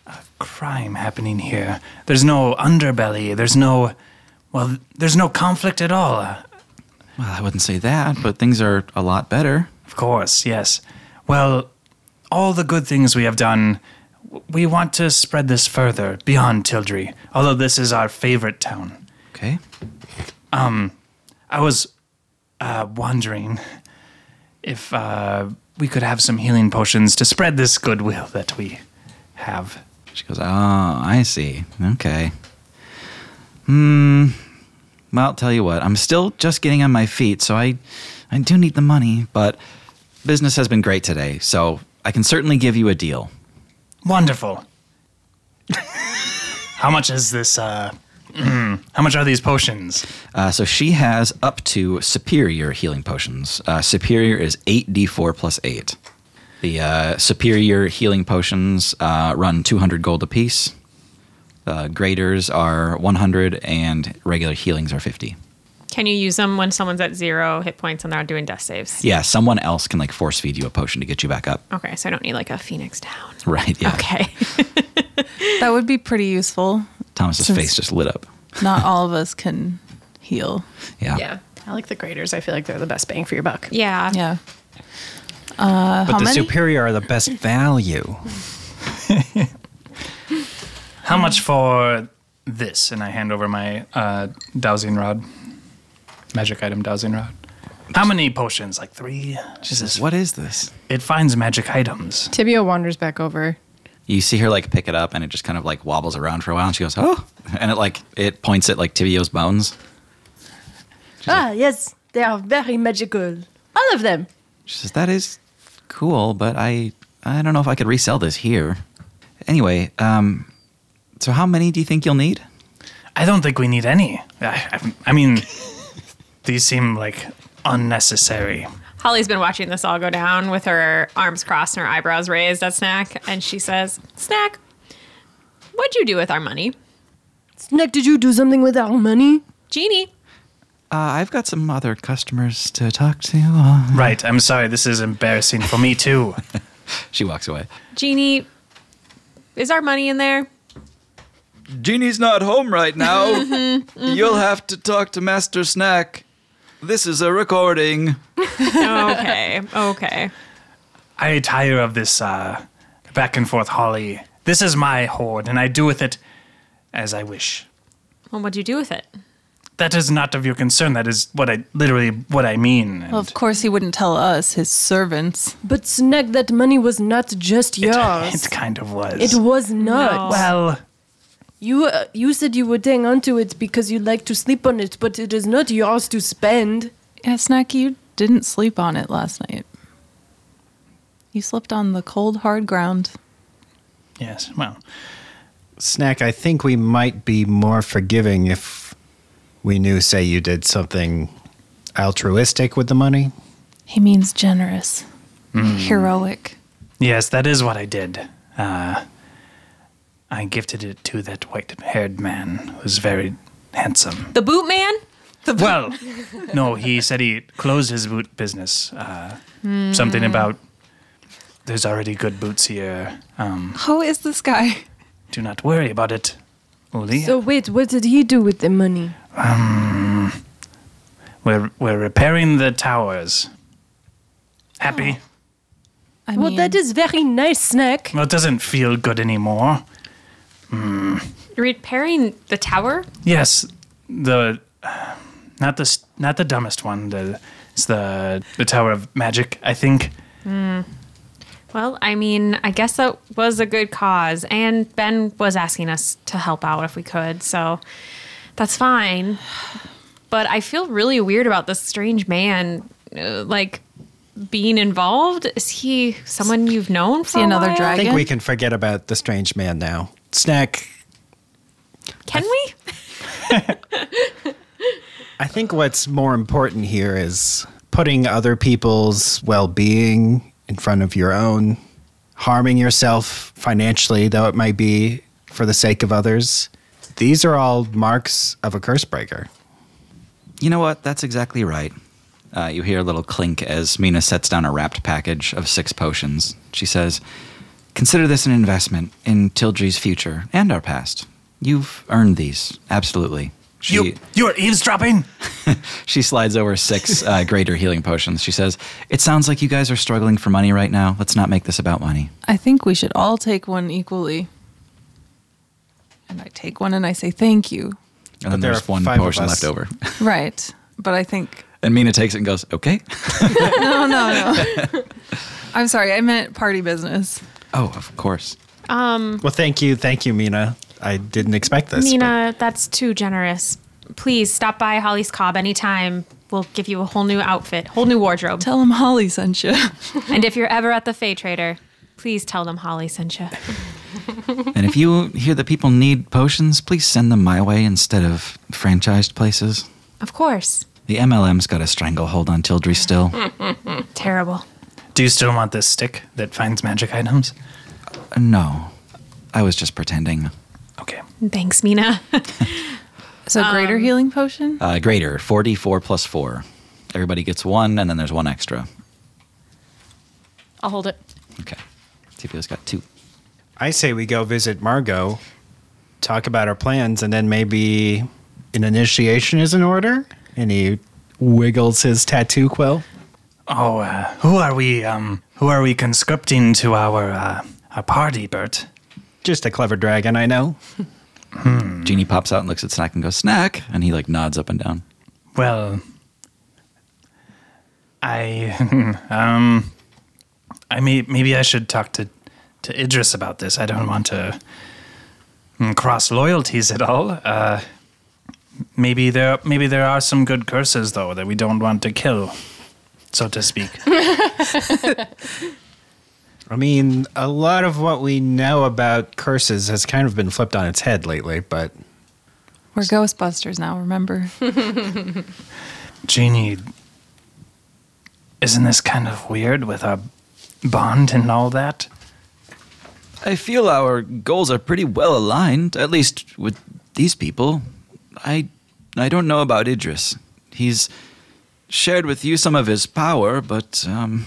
Speaker 8: uh, crime happening here. There's no underbelly. There's no, well, there's no conflict at all. Uh,
Speaker 1: Well, I wouldn't say that, but things are a lot better.
Speaker 8: Of course, yes. Well, all the good things we have done, w- we want to spread this further beyond Tildry, although this is our favorite town.
Speaker 1: Okay.
Speaker 8: I was uh, wondering if uh, we could have some healing potions to spread this goodwill that we have.
Speaker 1: "Ah, She goes, "Oh, I see. Okay. Hmm. Well, I'll tell you what. I'm still just getting on my feet, so I, I do need the money. But business has been great today, so I can certainly give you a deal.
Speaker 8: Wonderful. [LAUGHS] how much is this? Uh, [CLEARS THROAT] how much are these potions?
Speaker 1: Uh, so she has up to superior healing potions. Uh, superior is 8d4 plus 8. The uh, superior healing potions uh, run 200 gold apiece. Uh, graders are 100, and regular healings are 50.
Speaker 2: Can you use them when someone's at zero hit points and they're doing death saves?
Speaker 1: Yeah, someone else can like force feed you a potion to get you back up. [LAUGHS]
Speaker 2: Okay, so I don't need like a phoenix down.
Speaker 1: Right, yeah.
Speaker 2: [LAUGHS] Okay.
Speaker 5: [LAUGHS] That would be pretty useful.
Speaker 1: Thomas's
Speaker 5: Since-
Speaker 1: face just lit up.
Speaker 5: Not all of us can heal.
Speaker 1: Yeah.
Speaker 2: Yeah.
Speaker 9: I like the graders. I feel like they're the best bang for your buck.
Speaker 2: Yeah.
Speaker 5: Yeah.
Speaker 3: But
Speaker 5: Uh, how
Speaker 3: the
Speaker 5: many?
Speaker 3: superior are the best value.
Speaker 8: How much for this? And I hand over my uh, dowsing rod, magic item dowsing rod. How many potions? Like three. She says,
Speaker 1: What is this?
Speaker 8: It finds magic items.
Speaker 9: Tibio wanders back over.
Speaker 1: You see her like pick it up and it just kind of like wobbles around for a while and she goes, oh. And it like, it points at like Tibio's bones.
Speaker 4: Ah, yes, they are very magical. All of them.
Speaker 1: She says, "That is cool, but I I don't know if I could resell this here." Anyway, um, so how many do you think you'll need?
Speaker 8: I don't think we need any. I, I, I mean, [LAUGHS] these seem like unnecessary.
Speaker 2: Holly's been watching this all go down with her arms crossed and her eyebrows raised at Snack, and she says, "Snack, what'd you do with our money,
Speaker 4: Snack, did you do something with our money?
Speaker 2: Genie?"
Speaker 1: Uh, I've got some other customers to talk to. Uh,
Speaker 8: Right. I'm sorry. This is embarrassing for me too.
Speaker 1: she walks away.
Speaker 2: Genie, is our money in there?
Speaker 12: Jeannie's not home right now. You'll have to talk to Master Snack. This is a recording.
Speaker 2: [LAUGHS] okay. Okay.
Speaker 8: I tire of this uh, back and forth, Holly. This is my hoard, and I do with it as I wish.
Speaker 2: Well, what'd you do with it?
Speaker 8: That is not of your concern. That is what I literally what I mean. And
Speaker 5: Well, of course, he wouldn't tell us, his servants.
Speaker 4: But Snack, that money was not just
Speaker 8: [LAUGHS]
Speaker 4: yours.
Speaker 8: it kind of was.
Speaker 4: It was not.
Speaker 8: well,
Speaker 4: You uh, you said you would hang on to it because you like to sleep on it, but it is not yours to spend.
Speaker 5: Yeah, Snacky, you didn't sleep on it last night. You slept on the cold, hard ground.
Speaker 8: yes. Well,
Speaker 3: Snack, I think we might be more forgiving if we knew, say, you did something altruistic with the money.
Speaker 5: He means generous,
Speaker 1: Mm.
Speaker 5: heroic.
Speaker 8: yes, that is what I did. Uh, I gifted it to that white-haired man who's very handsome.
Speaker 2: The boot man?
Speaker 4: [LAUGHS]
Speaker 8: well, no, he said he closed his boot business. Uh,
Speaker 4: Hmm.
Speaker 8: Something about there's already good boots here. Um,
Speaker 5: Who is this guy?
Speaker 8: do not worry about it, Uli.
Speaker 4: So wait, what did he do with the money?
Speaker 8: We're we're repairing the towers.
Speaker 4: Oh,
Speaker 8: Happy?
Speaker 5: I
Speaker 4: well,
Speaker 5: mean,
Speaker 4: that is very nice, Snack.
Speaker 8: Well, it doesn't feel good anymore.
Speaker 2: Repairing the tower?
Speaker 8: Yes, the not the s- not the dumbest one. The it's the the Tower of Magic, I think.
Speaker 2: Well, I mean, I guess that was a good cause. And Ben was asking us to help out if we could, so that's fine. But I feel really weird about this strange man, uh, like being involved. Is he someone you've known for
Speaker 5: See
Speaker 2: a
Speaker 5: another
Speaker 2: while?
Speaker 3: I
Speaker 5: dragon?
Speaker 3: think we can forget about the strange man now. Snack,
Speaker 2: Can we?
Speaker 3: I think what's more important here is putting other people's well being in front of your own, harming yourself financially, though it might be for the sake of others. These are all marks of a curse breaker.
Speaker 1: You know what? That's exactly right. Uh, you hear a little clink as Mina sets down a wrapped package of six potions. She says, "Consider this an investment in Tildry's future and our past. You've earned these, absolutely." She,
Speaker 8: You you are eavesdropping.
Speaker 1: She slides over six
Speaker 3: [LAUGHS]
Speaker 1: uh, greater healing potions. She says, It sounds like you guys are struggling for money right now. Let's not make this about money.
Speaker 5: I think we should all take one equally. And I take one and I say thank you.
Speaker 1: And then
Speaker 3: there
Speaker 1: there's
Speaker 3: are
Speaker 1: one
Speaker 3: five of
Speaker 1: potion left
Speaker 3: us.
Speaker 1: over. [LAUGHS]
Speaker 5: Right. But I think
Speaker 1: And Mina takes it and goes, Okay. [LAUGHS]
Speaker 5: no, no, no. I'm sorry. I meant party business.
Speaker 1: Oh, of course.
Speaker 3: Well, thank you. Thank you, Mina. I didn't expect this.
Speaker 2: Nina, uh, that's too generous. Please stop by Holly's Cob anytime. We'll give you a whole new outfit, whole new wardrobe.
Speaker 5: Tell him Holly sent you.
Speaker 2: and if you're ever at the Fay Trader, please tell them Holly sent you.
Speaker 1: and if you hear that people need potions, please send them my way instead of franchised places.
Speaker 2: Of course.
Speaker 1: The MLM's got a stranglehold on Tildry still.
Speaker 2: Terrible.
Speaker 8: Do you still want this stick that finds magic items?
Speaker 1: No, I was just pretending.
Speaker 2: Thanks, Mina. [LAUGHS]
Speaker 5: So greater healing potion?
Speaker 1: Uh, greater, 44 plus 4. Everybody gets one, and then there's one extra.
Speaker 9: I'll hold it.
Speaker 1: Okay. TPO's got two.
Speaker 3: I say we go visit Margot, talk about our plans, and then maybe an initiation is in order. And he wiggles his tattoo quill.
Speaker 8: Oh, uh, who are we? Um, who are we conscripting to our uh, our party, Bert?
Speaker 3: Just a clever dragon, I know.
Speaker 1: Genie pops out and looks at Snack and goes, Snack! And he like nods up and down.
Speaker 8: Well, I [LAUGHS] um, I may maybe I should talk to to Idris about this. I don't want to mm, cross loyalties at all. Uh, maybe there maybe there are some good curses though that we don't want to kill, so to speak.
Speaker 3: I mean, a lot of what we know about curses has kind of been flipped on its head lately, but
Speaker 5: We're Ghostbusters now, remember?
Speaker 8: Jeannie, isn't this kind of weird with our bond and all that?
Speaker 1: I feel our goals are pretty well aligned, at least with these people. I, I don't know about Idris. He's shared with you some of his power, but um,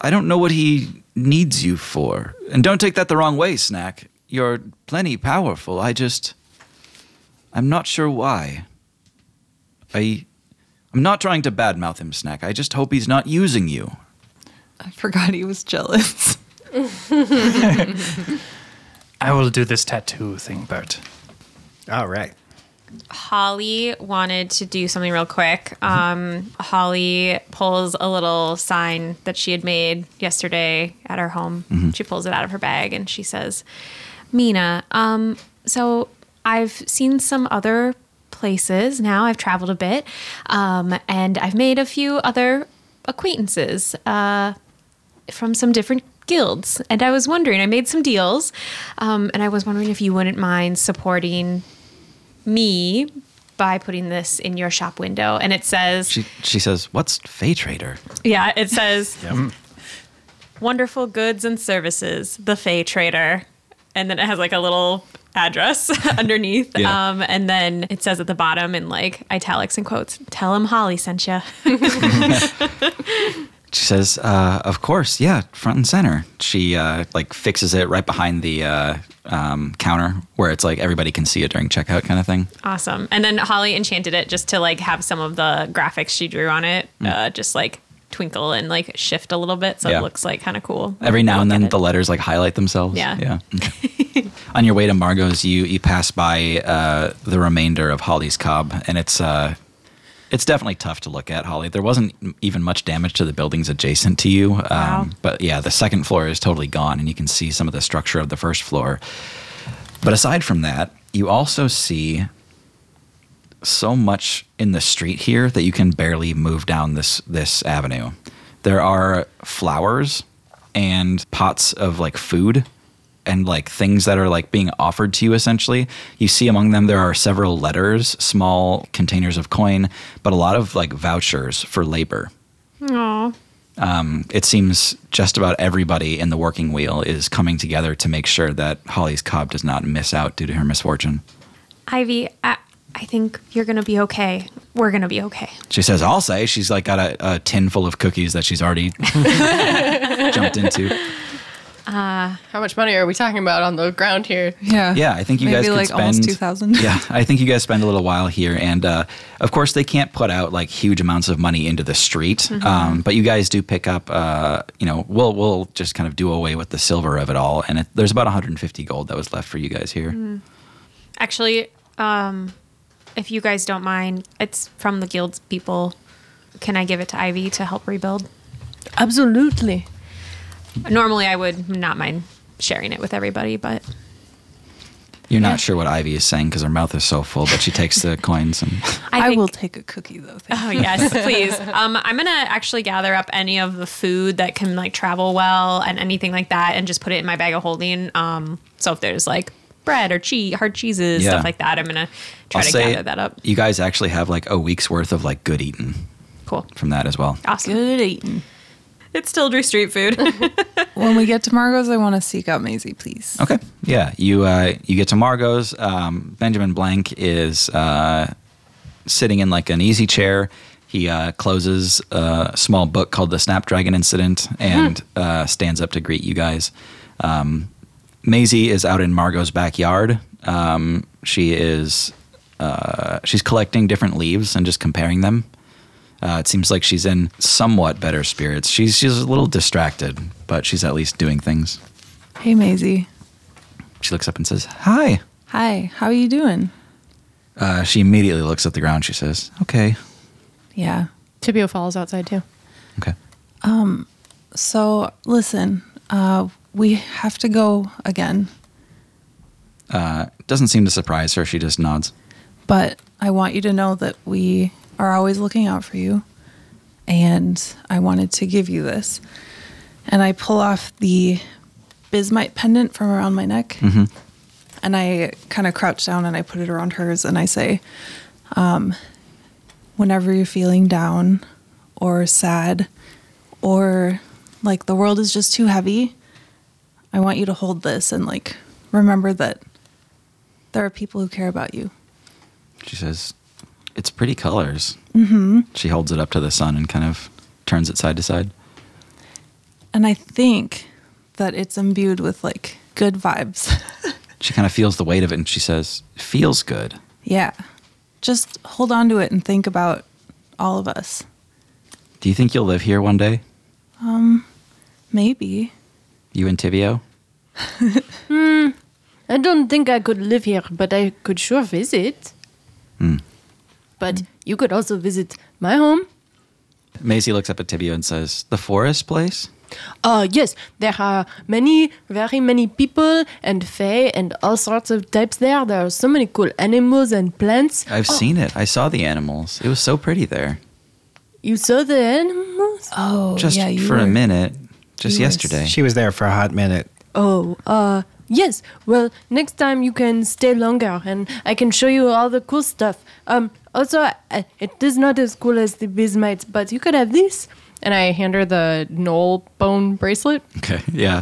Speaker 1: I don't know what he needs you for. And don't take that the wrong way, Snack. You're plenty powerful. I just, I'm not sure why. I, I'm not trying to badmouth him, Snack. I just hope he's not using you.
Speaker 5: [LAUGHS] I forgot he was jealous.
Speaker 8: I will do this tattoo thing, Bert.
Speaker 3: all right.
Speaker 2: Holly wanted to do something real quick. Um, Holly pulls a little sign that she had made yesterday at her home. She pulls it out of her bag and she says, Mina, um, so I've seen some other places now. I've traveled a bit um, and I've made a few other acquaintances. Uh, from some different guilds and i was wondering i made some deals um, and i was wondering if you wouldn't mind supporting me by putting this in your shop window and it says
Speaker 1: She, she says, What's Fey Trader?
Speaker 2: yeah it says
Speaker 1: Mm-hmm.
Speaker 2: wonderful goods and services the fay trader and then it has like a little address [LAUGHS] underneath
Speaker 1: Yeah.
Speaker 2: um, and then it says at the bottom in like italics and quotes tell him holly sent you
Speaker 1: She says, uh, "Of course, yeah, front and center." She uh, like fixes it right behind the uh, um, counter where it's like everybody can see it during checkout, kind of thing.
Speaker 2: [LAUGHS] Awesome. And then Holly enchanted it just to like have some of the graphics she drew on it uh, just like twinkle and like shift a little bit so
Speaker 1: Mm. Yeah.
Speaker 2: it looks like kind of cool.
Speaker 1: Every now and
Speaker 2: Look at
Speaker 1: then,
Speaker 2: it.
Speaker 1: the letters like highlight themselves.
Speaker 2: Yeah.
Speaker 1: yeah.
Speaker 2: [LAUGHS]
Speaker 1: Okay. On your way to Margot's, you you pass by uh, the remainder of Holly's cob, and it's uh, it's definitely tough to look at. Holly, there wasn't m- even much damage to the buildings adjacent to you, um,
Speaker 2: Wow.
Speaker 1: but yeah, the second floor is totally gone, and you can see some of the structure of the first floor. But aside from that, you also see so much in the street here that you can barely move down this this avenue. There are flowers and pots of like food and like things that are like being offered to you essentially. You see among them there are several letters, small containers of coin, but a lot of like vouchers for labor.
Speaker 2: Aw.
Speaker 1: Um, it seems just about everybody in the working wheel is coming together to make sure that Holly's cob does not miss out due to her misfortune.
Speaker 2: Ivy, I, I think you're going to be okay. We're going to be okay.
Speaker 1: She says, I'll say. She's like got a, a tin full of cookies that she's
Speaker 2: [LAUGHS]
Speaker 1: already jumped into.
Speaker 9: How much money are we talking about on the ground here?
Speaker 5: Yeah.
Speaker 1: Yeah, I think you
Speaker 5: Maybe
Speaker 1: guys could
Speaker 5: like
Speaker 1: spend
Speaker 5: almost
Speaker 1: [LAUGHS]
Speaker 5: 2000.
Speaker 1: yeah, I think you guys spend a little while here, and uh, of course they can't put out like huge amounts of money into the street.
Speaker 2: Mm-hmm.
Speaker 1: Um, but you guys do pick up. Uh, you know, we'll we'll just kind of do away with the silver of it all, and it, there's about 150 gold that was left for you guys here.
Speaker 2: Mm. Actually, um, if you guys don't mind, it's from the guild's people. Can I give it to Ivy to help rebuild?
Speaker 4: Absolutely.
Speaker 2: Normally, I would not mind sharing it with everybody, but
Speaker 1: You're not sure what Ivy is saying because her mouth is so full, but she takes
Speaker 2: [LAUGHS]
Speaker 1: the coins and
Speaker 5: I, will take a cookie though. Thank
Speaker 2: Oh
Speaker 5: you.
Speaker 2: yes, [LAUGHS] please. Um, I'm gonna actually gather up any of the food that can like travel well and anything like that, and just put it in my bag of holding. Um, so if there's like bread or cheese, hard cheeses,
Speaker 1: Yeah.
Speaker 2: stuff like that, I'm gonna try
Speaker 1: I'll
Speaker 2: to
Speaker 1: say
Speaker 2: gather that up.
Speaker 1: You guys actually have like a week's worth of like good eating
Speaker 2: Cool,
Speaker 1: from that as well.
Speaker 2: awesome, good eating. It's still Drew Street food.
Speaker 5: [LAUGHS]
Speaker 2: [LAUGHS]
Speaker 5: When we get to Margot's, I want to seek out Maisie, please.
Speaker 1: Okay. Yeah. You uh, you get to Margot's. Um, Benjamin Blank is uh, sitting in like an easy chair. He uh, closes a small book called The Snapdragon Incident and uh, stands up to greet you guys. Um, Maisie is out in Margot's backyard. Um, she is uh, she's collecting different leaves and just comparing them. Uh, it seems like she's in somewhat better spirits. She's she's a little distracted, but she's at least doing things.
Speaker 5: Hey, Maisie.
Speaker 1: She looks up and says, "Hi."
Speaker 5: Hi. How are you doing?
Speaker 1: Uh, she immediately looks at the ground. She says, "Okay,
Speaker 5: Yeah.
Speaker 9: Tibio falls outside too.
Speaker 1: okay."
Speaker 5: So listen, uh, we have to go again,
Speaker 1: Doesn't seem to surprise her. She just nods.
Speaker 5: but I want you to know that we are always looking out for you, and I wanted to give you this. And I pull off the bismite pendant from around my neck, and I kind of crouch down and I put it around hers, and I say, um, "Whenever you're feeling down, or sad, or like the world is just too heavy." I want you to hold this and like remember that there are people who care about you.
Speaker 1: She says, "It's pretty colors." Mm-hmm. She holds it up to the sun and kind of turns it side to side.
Speaker 5: And I think that it's imbued with like good vibes. [LAUGHS]
Speaker 1: She kind of feels the weight of it and she says, "Feels good."
Speaker 5: yeah. Just hold on to it and think about all of us.
Speaker 1: Do you think you'll live here one day,
Speaker 5: Maybe.
Speaker 1: you and Tibio?
Speaker 4: I don't think I could live here, but I could sure visit. But you could also visit my home.
Speaker 1: Maisie looks up at Tibio and says, "The forest place."
Speaker 4: Uh, yes, there are many, very many people and fae and all sorts of types there. There are so many cool animals and plants.
Speaker 1: I've
Speaker 5: Oh.
Speaker 1: seen it. I saw the animals. It was so pretty there.
Speaker 4: You saw the animals?
Speaker 5: Oh,
Speaker 1: Just
Speaker 5: yeah, you
Speaker 1: for a
Speaker 5: were-
Speaker 1: minute. Just yesterday.
Speaker 3: She was there for a hot minute.
Speaker 4: Oh, uh, yes. Well, next time you can stay longer and I can show you all the cool stuff. Um, also, I, it is not as cool as the bismites, but you could have this.
Speaker 9: And I hand her the knoll bone bracelet.
Speaker 1: [LAUGHS] Okay. Yeah.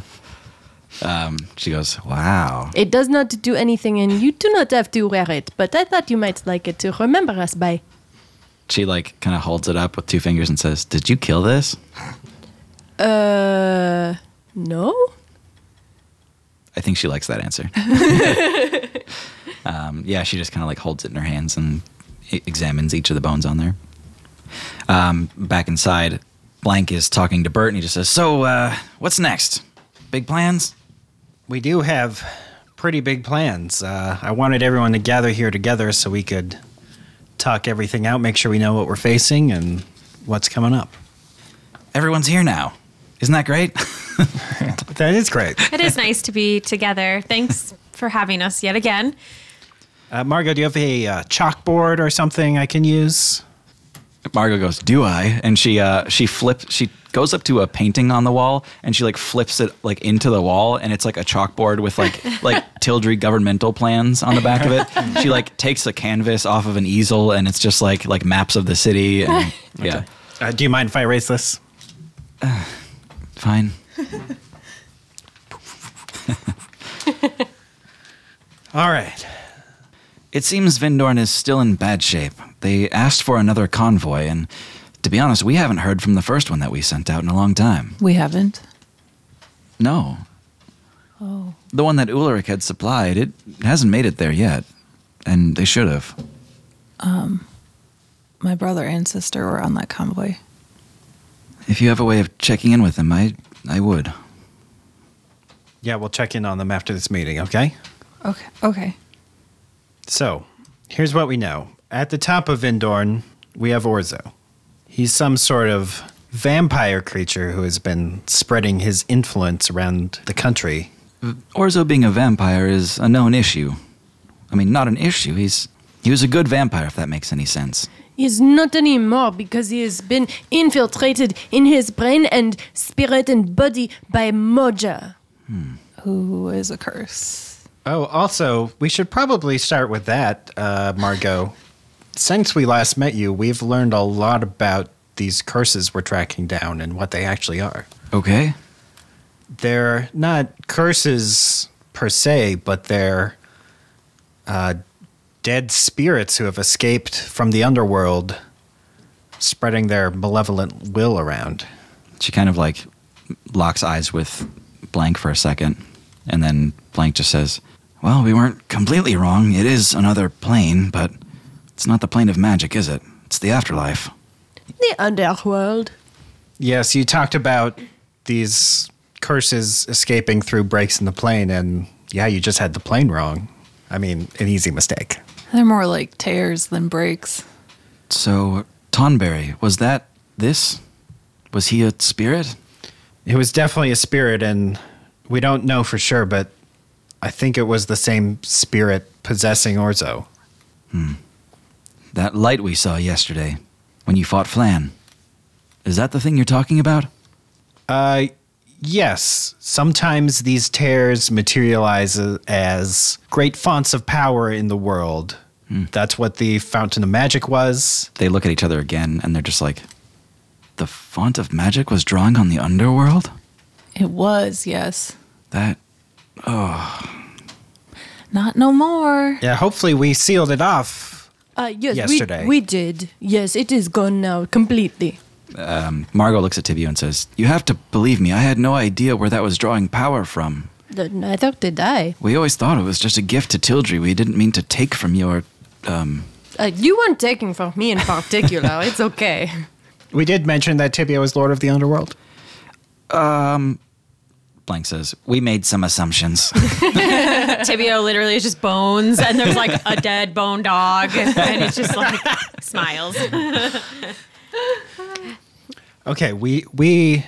Speaker 1: Um, she goes, "Wow."
Speaker 4: It does not do anything and you do not have to wear it, but I thought you might like it to remember us by.
Speaker 1: she like kind of holds it up with two fingers and says, "Did you kill this?"
Speaker 4: Uh, no?
Speaker 1: I think she likes that answer. um, yeah, she just kind of like holds it in her hands and e- examines each of the bones on there. Um, back inside, Blank is talking to Bert and he just says, "So, uh, what's next? Big plans?"
Speaker 3: We do have pretty big plans. Uh, I wanted everyone to gather here together so we could talk everything out, make sure we know what we're facing and what's coming up.
Speaker 1: Everyone's here now. Isn't that great? [LAUGHS]
Speaker 3: That is great.
Speaker 2: it is nice to be together. Thanks for having us yet again.
Speaker 3: Uh, Margo, do you have a uh, chalkboard or something I can use?
Speaker 1: Margot goes, "Do I?" And she uh, she flips. She goes up to a painting on the wall and she like flips it like into the wall, and it's like a chalkboard with like like Tildry governmental plans on the back of it. She like takes a canvas off of an easel, and it's just like like maps of the city. And, yeah,
Speaker 3: Uh, do you mind if I erase this?
Speaker 1: fine.
Speaker 3: All right.
Speaker 1: It seems Vindorn is still in bad shape. They asked for another convoy, and to be honest, we haven't heard from the first one that we sent out in a long time.
Speaker 5: We haven't.
Speaker 1: No. Oh. The one that Ulrich had supplied, it hasn't made it there yet. And they should have.
Speaker 5: My brother and sister were on that convoy.
Speaker 1: If you have a way of checking in with them, I I would.
Speaker 3: Yeah, we'll check in on them after this meeting, okay?
Speaker 5: Okay. Okay.
Speaker 3: So, here's what we know. At the top of Vindorn, we have Orzo. He's some sort of vampire creature who has been spreading his influence around the country.
Speaker 1: Orzo being a vampire is a known issue. I mean, not an issue. He's he was a good vampire, if that makes any sense.
Speaker 4: He's not anymore because he has been infiltrated in his brain and spirit and body by Moja.
Speaker 5: Who is a curse?
Speaker 3: Oh, also, we should probably start with that, uh, Margot. Since we last met you, we've learned a lot about these curses we're tracking down and what they actually are.
Speaker 1: Okay.
Speaker 3: They're not curses per se, but they're uh, dead spirits who have escaped from the underworld, spreading their malevolent will around.
Speaker 1: She kind of like locks eyes with Blank for a second, and then Blank just says, "Well, we weren't completely wrong. It is another plane, but it's not the plane of magic, is it? It's the afterlife."
Speaker 4: The underworld.
Speaker 3: Yes, you talked about these curses escaping through breaks in the plane, and yeah, you just had the plane wrong. I mean, an easy mistake.
Speaker 5: They're more like tears than breaks.
Speaker 1: So, Tonberry, was that this? Was he a spirit?
Speaker 3: It was definitely a spirit, and we don't know for sure, but I think it was the same spirit possessing Orzo.
Speaker 1: That light we saw yesterday when you fought Flan. Is that the thing you're talking about?
Speaker 3: Uh, yes. Sometimes these tears materialize as great fonts of power in the world.
Speaker 1: Hmm.
Speaker 3: That's what the Fountain of Magic was.
Speaker 1: They look at each other again and they're just like, the font of magic was drawing on the underworld?
Speaker 5: It was, yes.
Speaker 1: That
Speaker 5: Not no more.
Speaker 3: Yeah, hopefully we sealed it off.
Speaker 4: Uh, yes,
Speaker 3: Yesterday.
Speaker 4: We, we did. Yes, it is gone now completely.
Speaker 1: Margot looks at Tibio and says, You have to believe me, I had no idea where that was drawing power from.
Speaker 4: I thought they die.
Speaker 1: We always thought it was just a gift to Tildry. We didn't mean to take from your. Um,
Speaker 4: Uh, you weren't taking from me in particular. it's okay.
Speaker 3: We did mention that Tibia was Lord of the Underworld.
Speaker 1: blank says, We made some assumptions.
Speaker 2: Tibio literally is just bones, and there's like a dead bone dog, and it's just like smiles.
Speaker 3: Okay, we we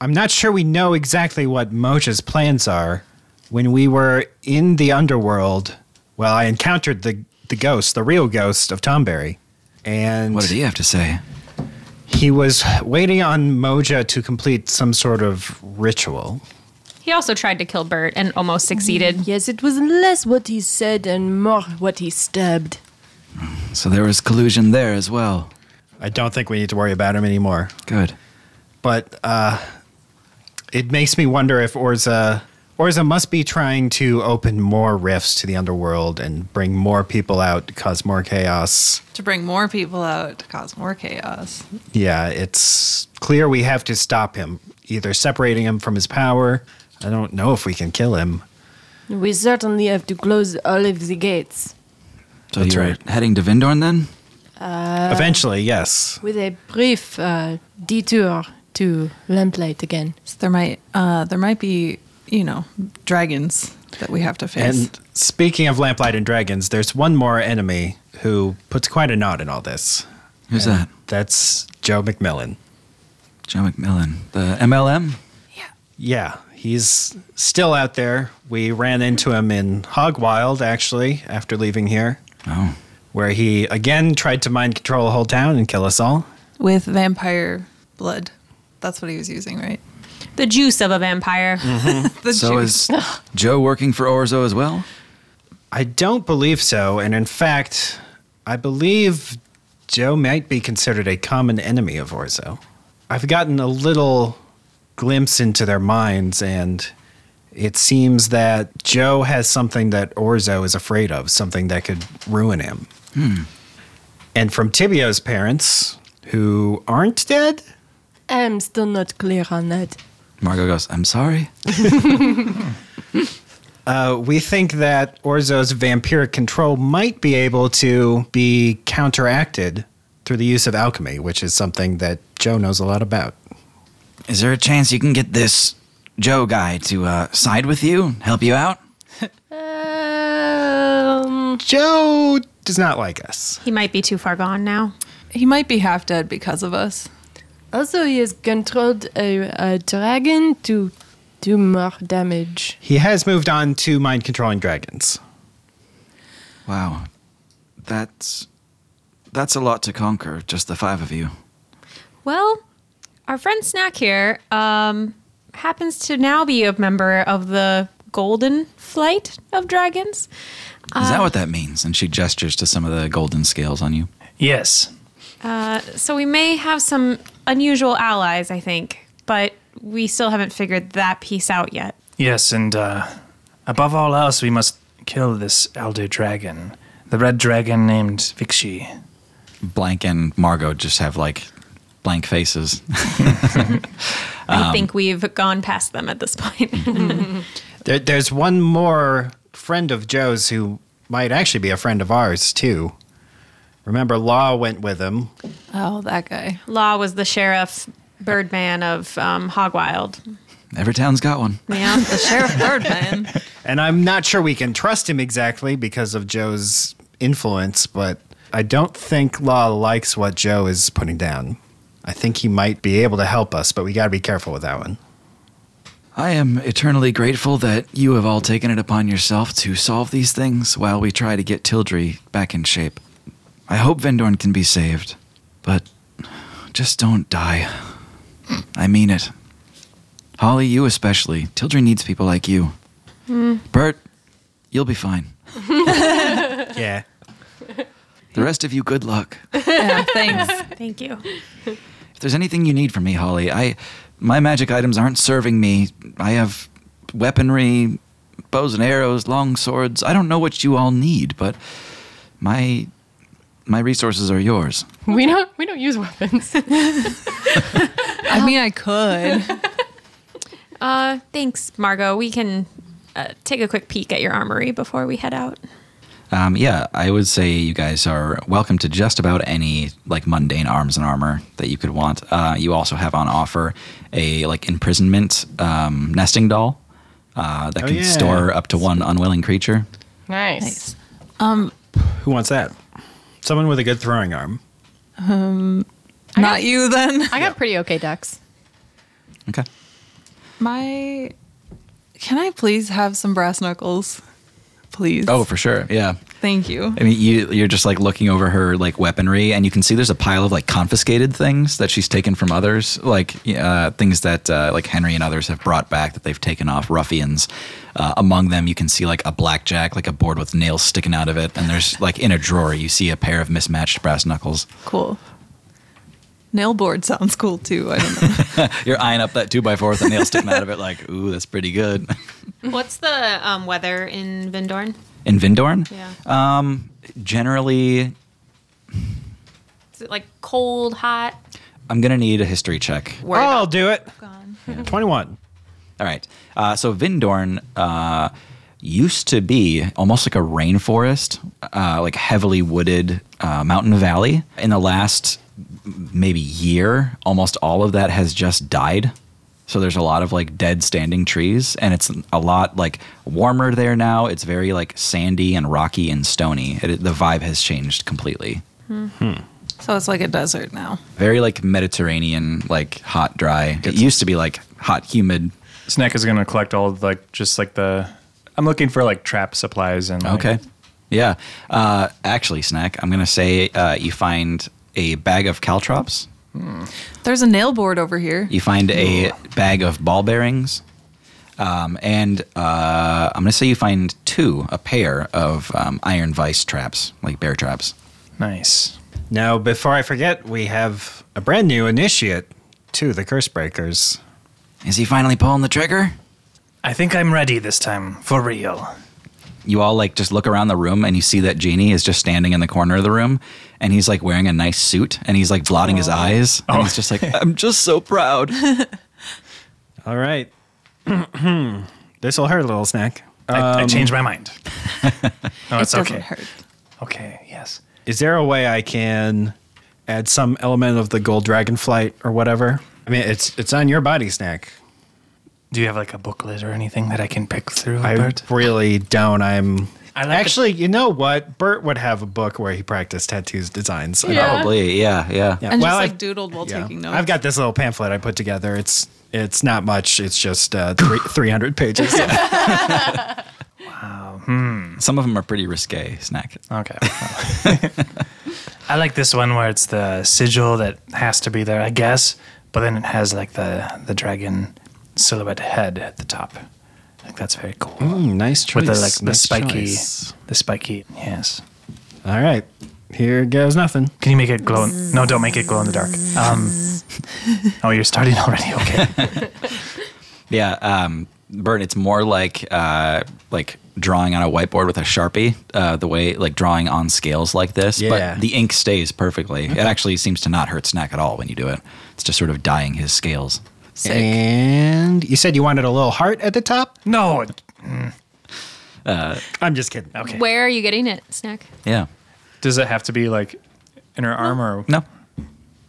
Speaker 3: I'm not sure we know exactly what Moja's plans are. When we were in the underworld, well, I encountered the the ghost, the real ghost of Tomberry. And
Speaker 1: what did he have to say?
Speaker 3: he was waiting on Moja to complete some sort of ritual.
Speaker 2: He also tried to kill Bert and almost succeeded.
Speaker 4: Yes, it was less what he said and more what he stabbed.
Speaker 1: So there was collusion there as well.
Speaker 3: I don't think we need to worry about him anymore.
Speaker 1: Good.
Speaker 3: but uh, it makes me wonder if Orza Orza must be trying to open more rifts to the underworld and bring more people out, cause more chaos.
Speaker 5: To bring more people out to cause more chaos.
Speaker 3: Yeah, it's clear we have to stop him, either separating him from his power. I don't know if we can kill him.
Speaker 4: We certainly have to close all of the gates
Speaker 1: So
Speaker 3: That's
Speaker 1: you're
Speaker 3: right.
Speaker 1: heading to Vindorn then?
Speaker 3: Eventually, yes.
Speaker 4: with a brief uh, detour to Lamplight again.
Speaker 5: So there might uh there might be, you know, dragons that we have to face.
Speaker 3: And speaking of Lamplight and Dragons, there's one more enemy who puts quite a knot in all this.
Speaker 1: Who's that?
Speaker 3: That's Joe McMillan.
Speaker 1: Joe McMillan. The MLM?
Speaker 3: Yeah, he's still out there. We ran into him in Hogwild, actually, after leaving here,
Speaker 1: Oh.
Speaker 3: where he again tried to mind control a whole town and kill us all.
Speaker 5: with vampire blood. That's what he was using, right?
Speaker 2: The juice of a vampire.
Speaker 5: The
Speaker 1: So
Speaker 5: juice.
Speaker 1: is Joe working for Orzo as well?
Speaker 3: I don't believe so, and in fact, I believe Joe might be considered a common enemy of Orzo. I've gotten a little glimpse into their minds, and it seems that Joe has something that Orzo is afraid of, something that could ruin him. And from Tibio's parents, who aren't dead,
Speaker 4: I'm still not clear on that.
Speaker 1: Margot goes, I'm sorry.
Speaker 3: Uh, we think that Orzo's vampiric control might be able to be counteracted through the use of alchemy, which is something that Joe knows a lot about.
Speaker 1: Is there a chance you can get this Joe guy to uh, side with you, help you out?
Speaker 4: Um,
Speaker 3: Joe does not like us.
Speaker 2: he might be too far gone now.
Speaker 5: He might be half dead because of us.
Speaker 4: also, he has controlled a, a dragon to do more damage. [LAUGHS]
Speaker 3: He has moved on to mind controlling dragons.
Speaker 1: Wow. That's that's a lot to conquer, just the five of you.
Speaker 2: Well, our friend Snack here um, happens to now be a member of the Golden Flight of Dragons.
Speaker 1: Is that what that means? And she gestures to some of the golden scales on you.
Speaker 8: Yes.
Speaker 2: Uh, so we may have some unusual allies, I think, but we still haven't figured that piece out yet.
Speaker 8: Yes, and uh, above all else, we must kill this elder dragon, the red dragon named Vixie.
Speaker 1: Blank and Margot just have like blank faces. [LAUGHS]
Speaker 2: I think we've gone past them at this point. [LAUGHS]
Speaker 3: There, there's one more friend of Joe's who might actually be a friend of ours, too. Remember, Law went with him.
Speaker 5: Oh, that guy.
Speaker 2: Law was the sheriff Birdman of um, Hogwild.
Speaker 1: Every town's got one.
Speaker 2: [LAUGHS] Yeah,
Speaker 5: The Sheriff Birdman.
Speaker 3: And I'm not sure we can trust him exactly because of Joe's influence, but I don't think Law likes what Joe is putting down. I think he might be able to help us, but we got to be careful with that one.
Speaker 1: I am eternally grateful that you have all taken it upon yourself to solve these things while we try to get Tildry back in shape. I hope Vendorn can be saved, but just don't die. I mean it. Holly, you especially. Tildry needs people like you. Bert, you'll be fine.
Speaker 3: Yeah.
Speaker 1: The rest of you, good luck.
Speaker 5: Yeah, [LAUGHS] thanks.
Speaker 2: [LAUGHS] Thank you.
Speaker 1: If there's anything you need from me, Holly, I my magic items aren't serving me. I have weaponry, bows and arrows, long swords. I don't know what you all need, but my my resources are yours.
Speaker 9: We don't we don't use weapons.
Speaker 5: I mean, I could.
Speaker 2: Uh, thanks, Margot. We can uh, take a quick peek at your armory before we head out.
Speaker 1: Um, yeah, I would say you guys are welcome to just about any like mundane arms and armor that you could want. Uh, you also have on offer a like imprisonment um, nesting doll uh, that
Speaker 3: Oh,
Speaker 1: can
Speaker 3: yeah.
Speaker 1: store up to one unwilling creature.
Speaker 9: nice.
Speaker 3: Who wants that? Someone with a good throwing arm.
Speaker 5: Not you then.
Speaker 9: I got pretty okay ducks.
Speaker 1: Okay.
Speaker 5: My. Can I please have some brass knuckles? Please.
Speaker 1: Oh, for sure. Yeah.
Speaker 5: Thank you.
Speaker 1: I mean, you you're just like looking over her like weaponry, and you can see there's a pile of like confiscated things that she's taken from others, like uh, things that uh, like Henry and others have brought back that they've taken off ruffians. Uh, among them, you can see like a blackjack, like a board with nails sticking out of it, and there's like in a drawer you see a pair of mismatched brass knuckles.
Speaker 5: Cool. Nail board sounds cool too. I don't know.
Speaker 1: You're eyeing up that two by four with a nail sticking out of it, like ooh, that's pretty good.
Speaker 2: What's the um, weather in Vindorn?
Speaker 1: In Vindorn,
Speaker 2: Yeah.
Speaker 1: um, generally,
Speaker 2: Is it like cold, hot?
Speaker 1: I'm gonna need a history check.
Speaker 2: Worried about-
Speaker 3: I'll do it. 21.
Speaker 1: All right. Uh, so Vindorn uh, used to be almost like a rainforest, uh, like heavily wooded uh, mountain valley. In the last m- maybe year, almost all of that has just died. So there's a lot of like dead standing trees, and it's a lot like warmer there now. It's very like sandy and rocky and stony. It, the vibe has changed completely.
Speaker 5: [LAUGHS] So it's like a desert now.
Speaker 1: Very like Mediterranean, like hot, dry. It used to be like hot, humid.
Speaker 7: Snack is gonna collect all of, like just like the. I'm looking for like trap supplies and. like-
Speaker 1: Okay. Yeah. Uh, actually, snack. I'm gonna say uh, you find a bag of caltrops.
Speaker 5: There's a nail board over here.
Speaker 1: You find a bag of ball bearings, um, and uh, I'm gonna say you find two, a pair of um, iron vice traps, like bear traps.
Speaker 7: Nice.
Speaker 3: Now, before I forget, we have a brand new initiate to the Curse Breakers.
Speaker 1: Is he finally pulling the trigger?
Speaker 8: I think I'm ready this time, for real.
Speaker 1: you all like just look around the room and you see that Genie is just standing in the corner of the room and he's like wearing a nice suit and he's like blotting his eyes and he's just like I'm just so proud.
Speaker 3: All [CLEARS THROAT] right. this will hurt a little snack.
Speaker 8: I, I
Speaker 7: Um,
Speaker 8: changed
Speaker 7: [LAUGHS]
Speaker 8: my mind. no, it's
Speaker 5: it doesn't
Speaker 8: okay.
Speaker 5: hurt.
Speaker 8: Okay, yes.
Speaker 3: Is there a way I can add some element of the gold dragon flight or whatever? I mean, it's it's on your body, snack.
Speaker 8: Do you have like a booklet or anything that I can pick through,
Speaker 3: I
Speaker 8: Bert?
Speaker 3: really don't. I'm.
Speaker 8: I like
Speaker 3: actually, you know what? Bert would have a book where he practiced tattoos designs.
Speaker 9: Yeah.
Speaker 1: Probably, yeah, yeah.
Speaker 3: Yeah.
Speaker 5: And
Speaker 3: Well,
Speaker 5: just like
Speaker 3: I've-
Speaker 5: doodled while
Speaker 3: Yeah.
Speaker 5: taking notes.
Speaker 3: I've got this little pamphlet I put
Speaker 5: [LAUGHS]
Speaker 3: together. [LAUGHS] It's it's not much. It's just uh, three, 300 pages.
Speaker 8: Oh, hmm.
Speaker 1: Some of them are pretty risque, Snack.
Speaker 8: Okay. [LAUGHS] I like this one where it's the sigil that has to be there, I guess, but then it has like the the dragon silhouette head at the top. I think that's very cool.
Speaker 3: Mm, nice choice.
Speaker 8: With the like the
Speaker 3: nice
Speaker 8: spiky,
Speaker 3: choice.
Speaker 8: the spiky. Yes.
Speaker 3: All right, here goes nothing.
Speaker 8: Can you make it glow? In, no, don't make it glow in the dark.
Speaker 7: [LAUGHS]
Speaker 8: Um. oh, you're starting already. [LAUGHS] Okay.
Speaker 1: Yeah, um, Bert, it's more like uh, like drawing on a whiteboard with a sharpie. Uh, the way like drawing on scales like this,
Speaker 3: Yeah.
Speaker 1: but the ink stays perfectly. It actually seems to not hurt Snack at all when you do it. It's just sort of dyeing his scales.
Speaker 3: And you said you wanted a little heart at the top.
Speaker 8: No.
Speaker 3: I'm just kidding.
Speaker 8: Okay.
Speaker 2: Where are you getting it, Snack?
Speaker 1: Yeah.
Speaker 7: Does it have to be like in her arm or
Speaker 1: No.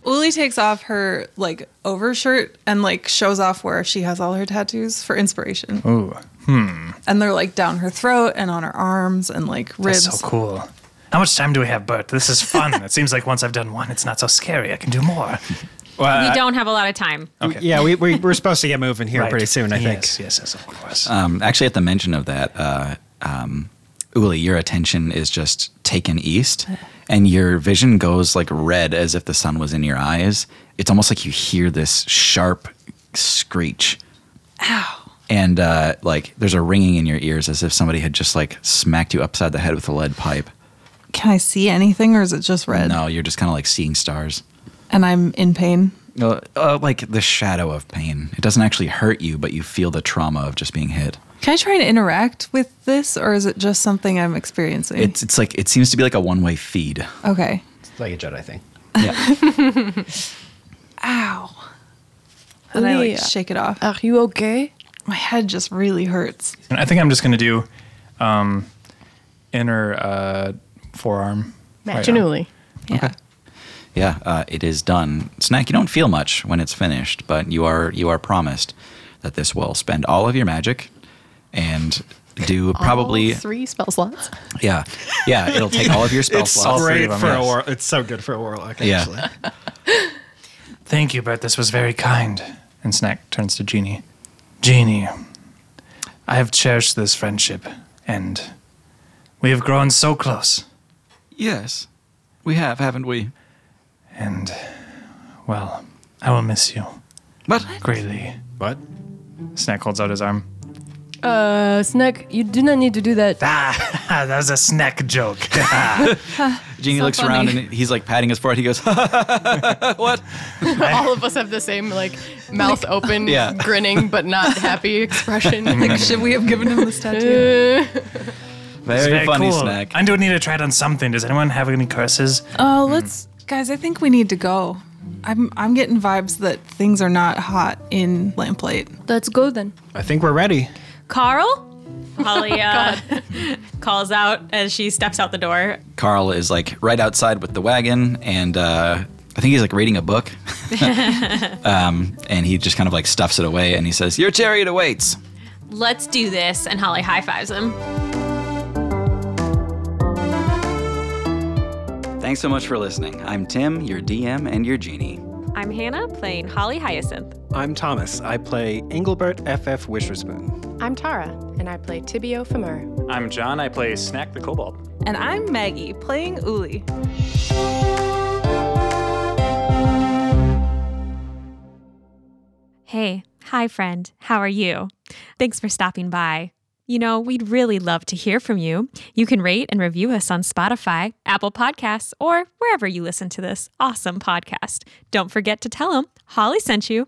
Speaker 5: Uli takes off her like overshirt and like shows off where she has all her tattoos for inspiration.
Speaker 7: Ooh.
Speaker 8: hmm.
Speaker 5: And they're like down her throat and on her arms and like ribs.
Speaker 8: That's so cool. How much time do we have, Bert? This is fun. it seems like once I've done one, it's not so scary. I can do more.
Speaker 7: Well,
Speaker 2: We
Speaker 7: I-
Speaker 2: don't have a lot of time.
Speaker 7: Okay.
Speaker 3: Yeah, we, we we're supposed to get moving here
Speaker 8: [LAUGHS] Right.
Speaker 3: pretty soon. I think.
Speaker 8: Yes, yes, yes, of
Speaker 7: Uh,
Speaker 8: course.
Speaker 1: Um, actually, at the mention of that, uh, um, Uli, your attention is just taken east, and your vision goes like red as if the sun was in your eyes. It's almost like you hear this sharp screech. Ow. And uh, like there's a ringing in your ears as if somebody had just like smacked you upside the head with a lead pipe.
Speaker 5: Can I see anything or is it just red?
Speaker 1: No, you're just kind of like seeing stars.
Speaker 5: And I'm in pain.
Speaker 1: Uh, uh, like the shadow of pain. It doesn't actually hurt you, but you feel the trauma of just being hit.
Speaker 5: Can I try and interact with this or is it just something I'm experiencing?
Speaker 1: It's it's like it seems to be like a one way feed.
Speaker 5: okay.
Speaker 3: Like a Jedi thing.
Speaker 1: Yeah.
Speaker 5: Ow. And I
Speaker 4: Uli,
Speaker 5: like shake it off.
Speaker 4: Are you okay?
Speaker 5: My head just really hurts.
Speaker 7: I think I'm just gonna do um, inner uh, forearm. Right arm.
Speaker 9: Machinuli.
Speaker 5: Yeah.
Speaker 1: Yeah, uh, it is done. Snack, you don't feel much when it's finished, but you are you are promised that this will spend all of your magic and do probably
Speaker 9: All three spell slots.
Speaker 1: yeah yeah it'll take all of
Speaker 3: [LAUGHS]
Speaker 1: your spell slots.
Speaker 7: great for a war-
Speaker 3: It's so good for a warlock.
Speaker 1: Yeah.
Speaker 3: Actually.
Speaker 8: Thank you, Bert. This was very kind. And Snack turns to Jeannie. Jeannie, I have cherished this friendship, and we have grown so close.
Speaker 1: Yes, we have, haven't we?
Speaker 8: And, well, I will miss you
Speaker 1: But
Speaker 8: greatly.
Speaker 3: What?
Speaker 7: Snack holds out his arm.
Speaker 4: Uh, Snack, you do not need to do that.
Speaker 8: Ah, [LAUGHS] that was a snack joke.
Speaker 1: Genie
Speaker 5: So
Speaker 1: looks
Speaker 5: funny.
Speaker 1: around and he's like patting his forehead. He goes, [LAUGHS]
Speaker 9: All of us have the same like mouth open,
Speaker 1: Yeah.
Speaker 9: grinning but not happy expression.
Speaker 5: Like, [LAUGHS] should we have given him this tattoo?
Speaker 1: [LAUGHS] "Very, funny, Snack."
Speaker 8: I do need to try it on something. Does anyone have any curses?
Speaker 5: Oh, let's guys, I think we need to go. I'm I'm getting vibes that things are not hot in lamplight.
Speaker 4: Let's go then.
Speaker 3: I think we're ready.
Speaker 2: Carl? [LAUGHS] Holly uh, calls out as she steps out the door.
Speaker 1: Carl is like right outside with the wagon, and uh, I think he's like reading a book. um, and he just kind of like stuffs it away, and he says, "Your chariot awaits."
Speaker 2: Let's do this. And Holly high fives him.
Speaker 1: Thanks so much for listening. I'm Tim, your DM and your genie.
Speaker 2: I'm Hannah playing Holly Hyacinth.
Speaker 3: I'm Thomas. I play Engelbert FF Wisherspoon.
Speaker 13: I'm Tara, and I play Tibio Femur.
Speaker 7: I'm John. I play Snack the Kobold.
Speaker 5: And I'm Maggie playing Uli.
Speaker 2: Hey, hi, friend. How are you? Thanks for stopping by. You know, we'd really love to hear from you. You can rate and review us on Spotify, Apple Podcasts, or wherever you listen to this awesome podcast. Don't forget to tell them Holly sent you.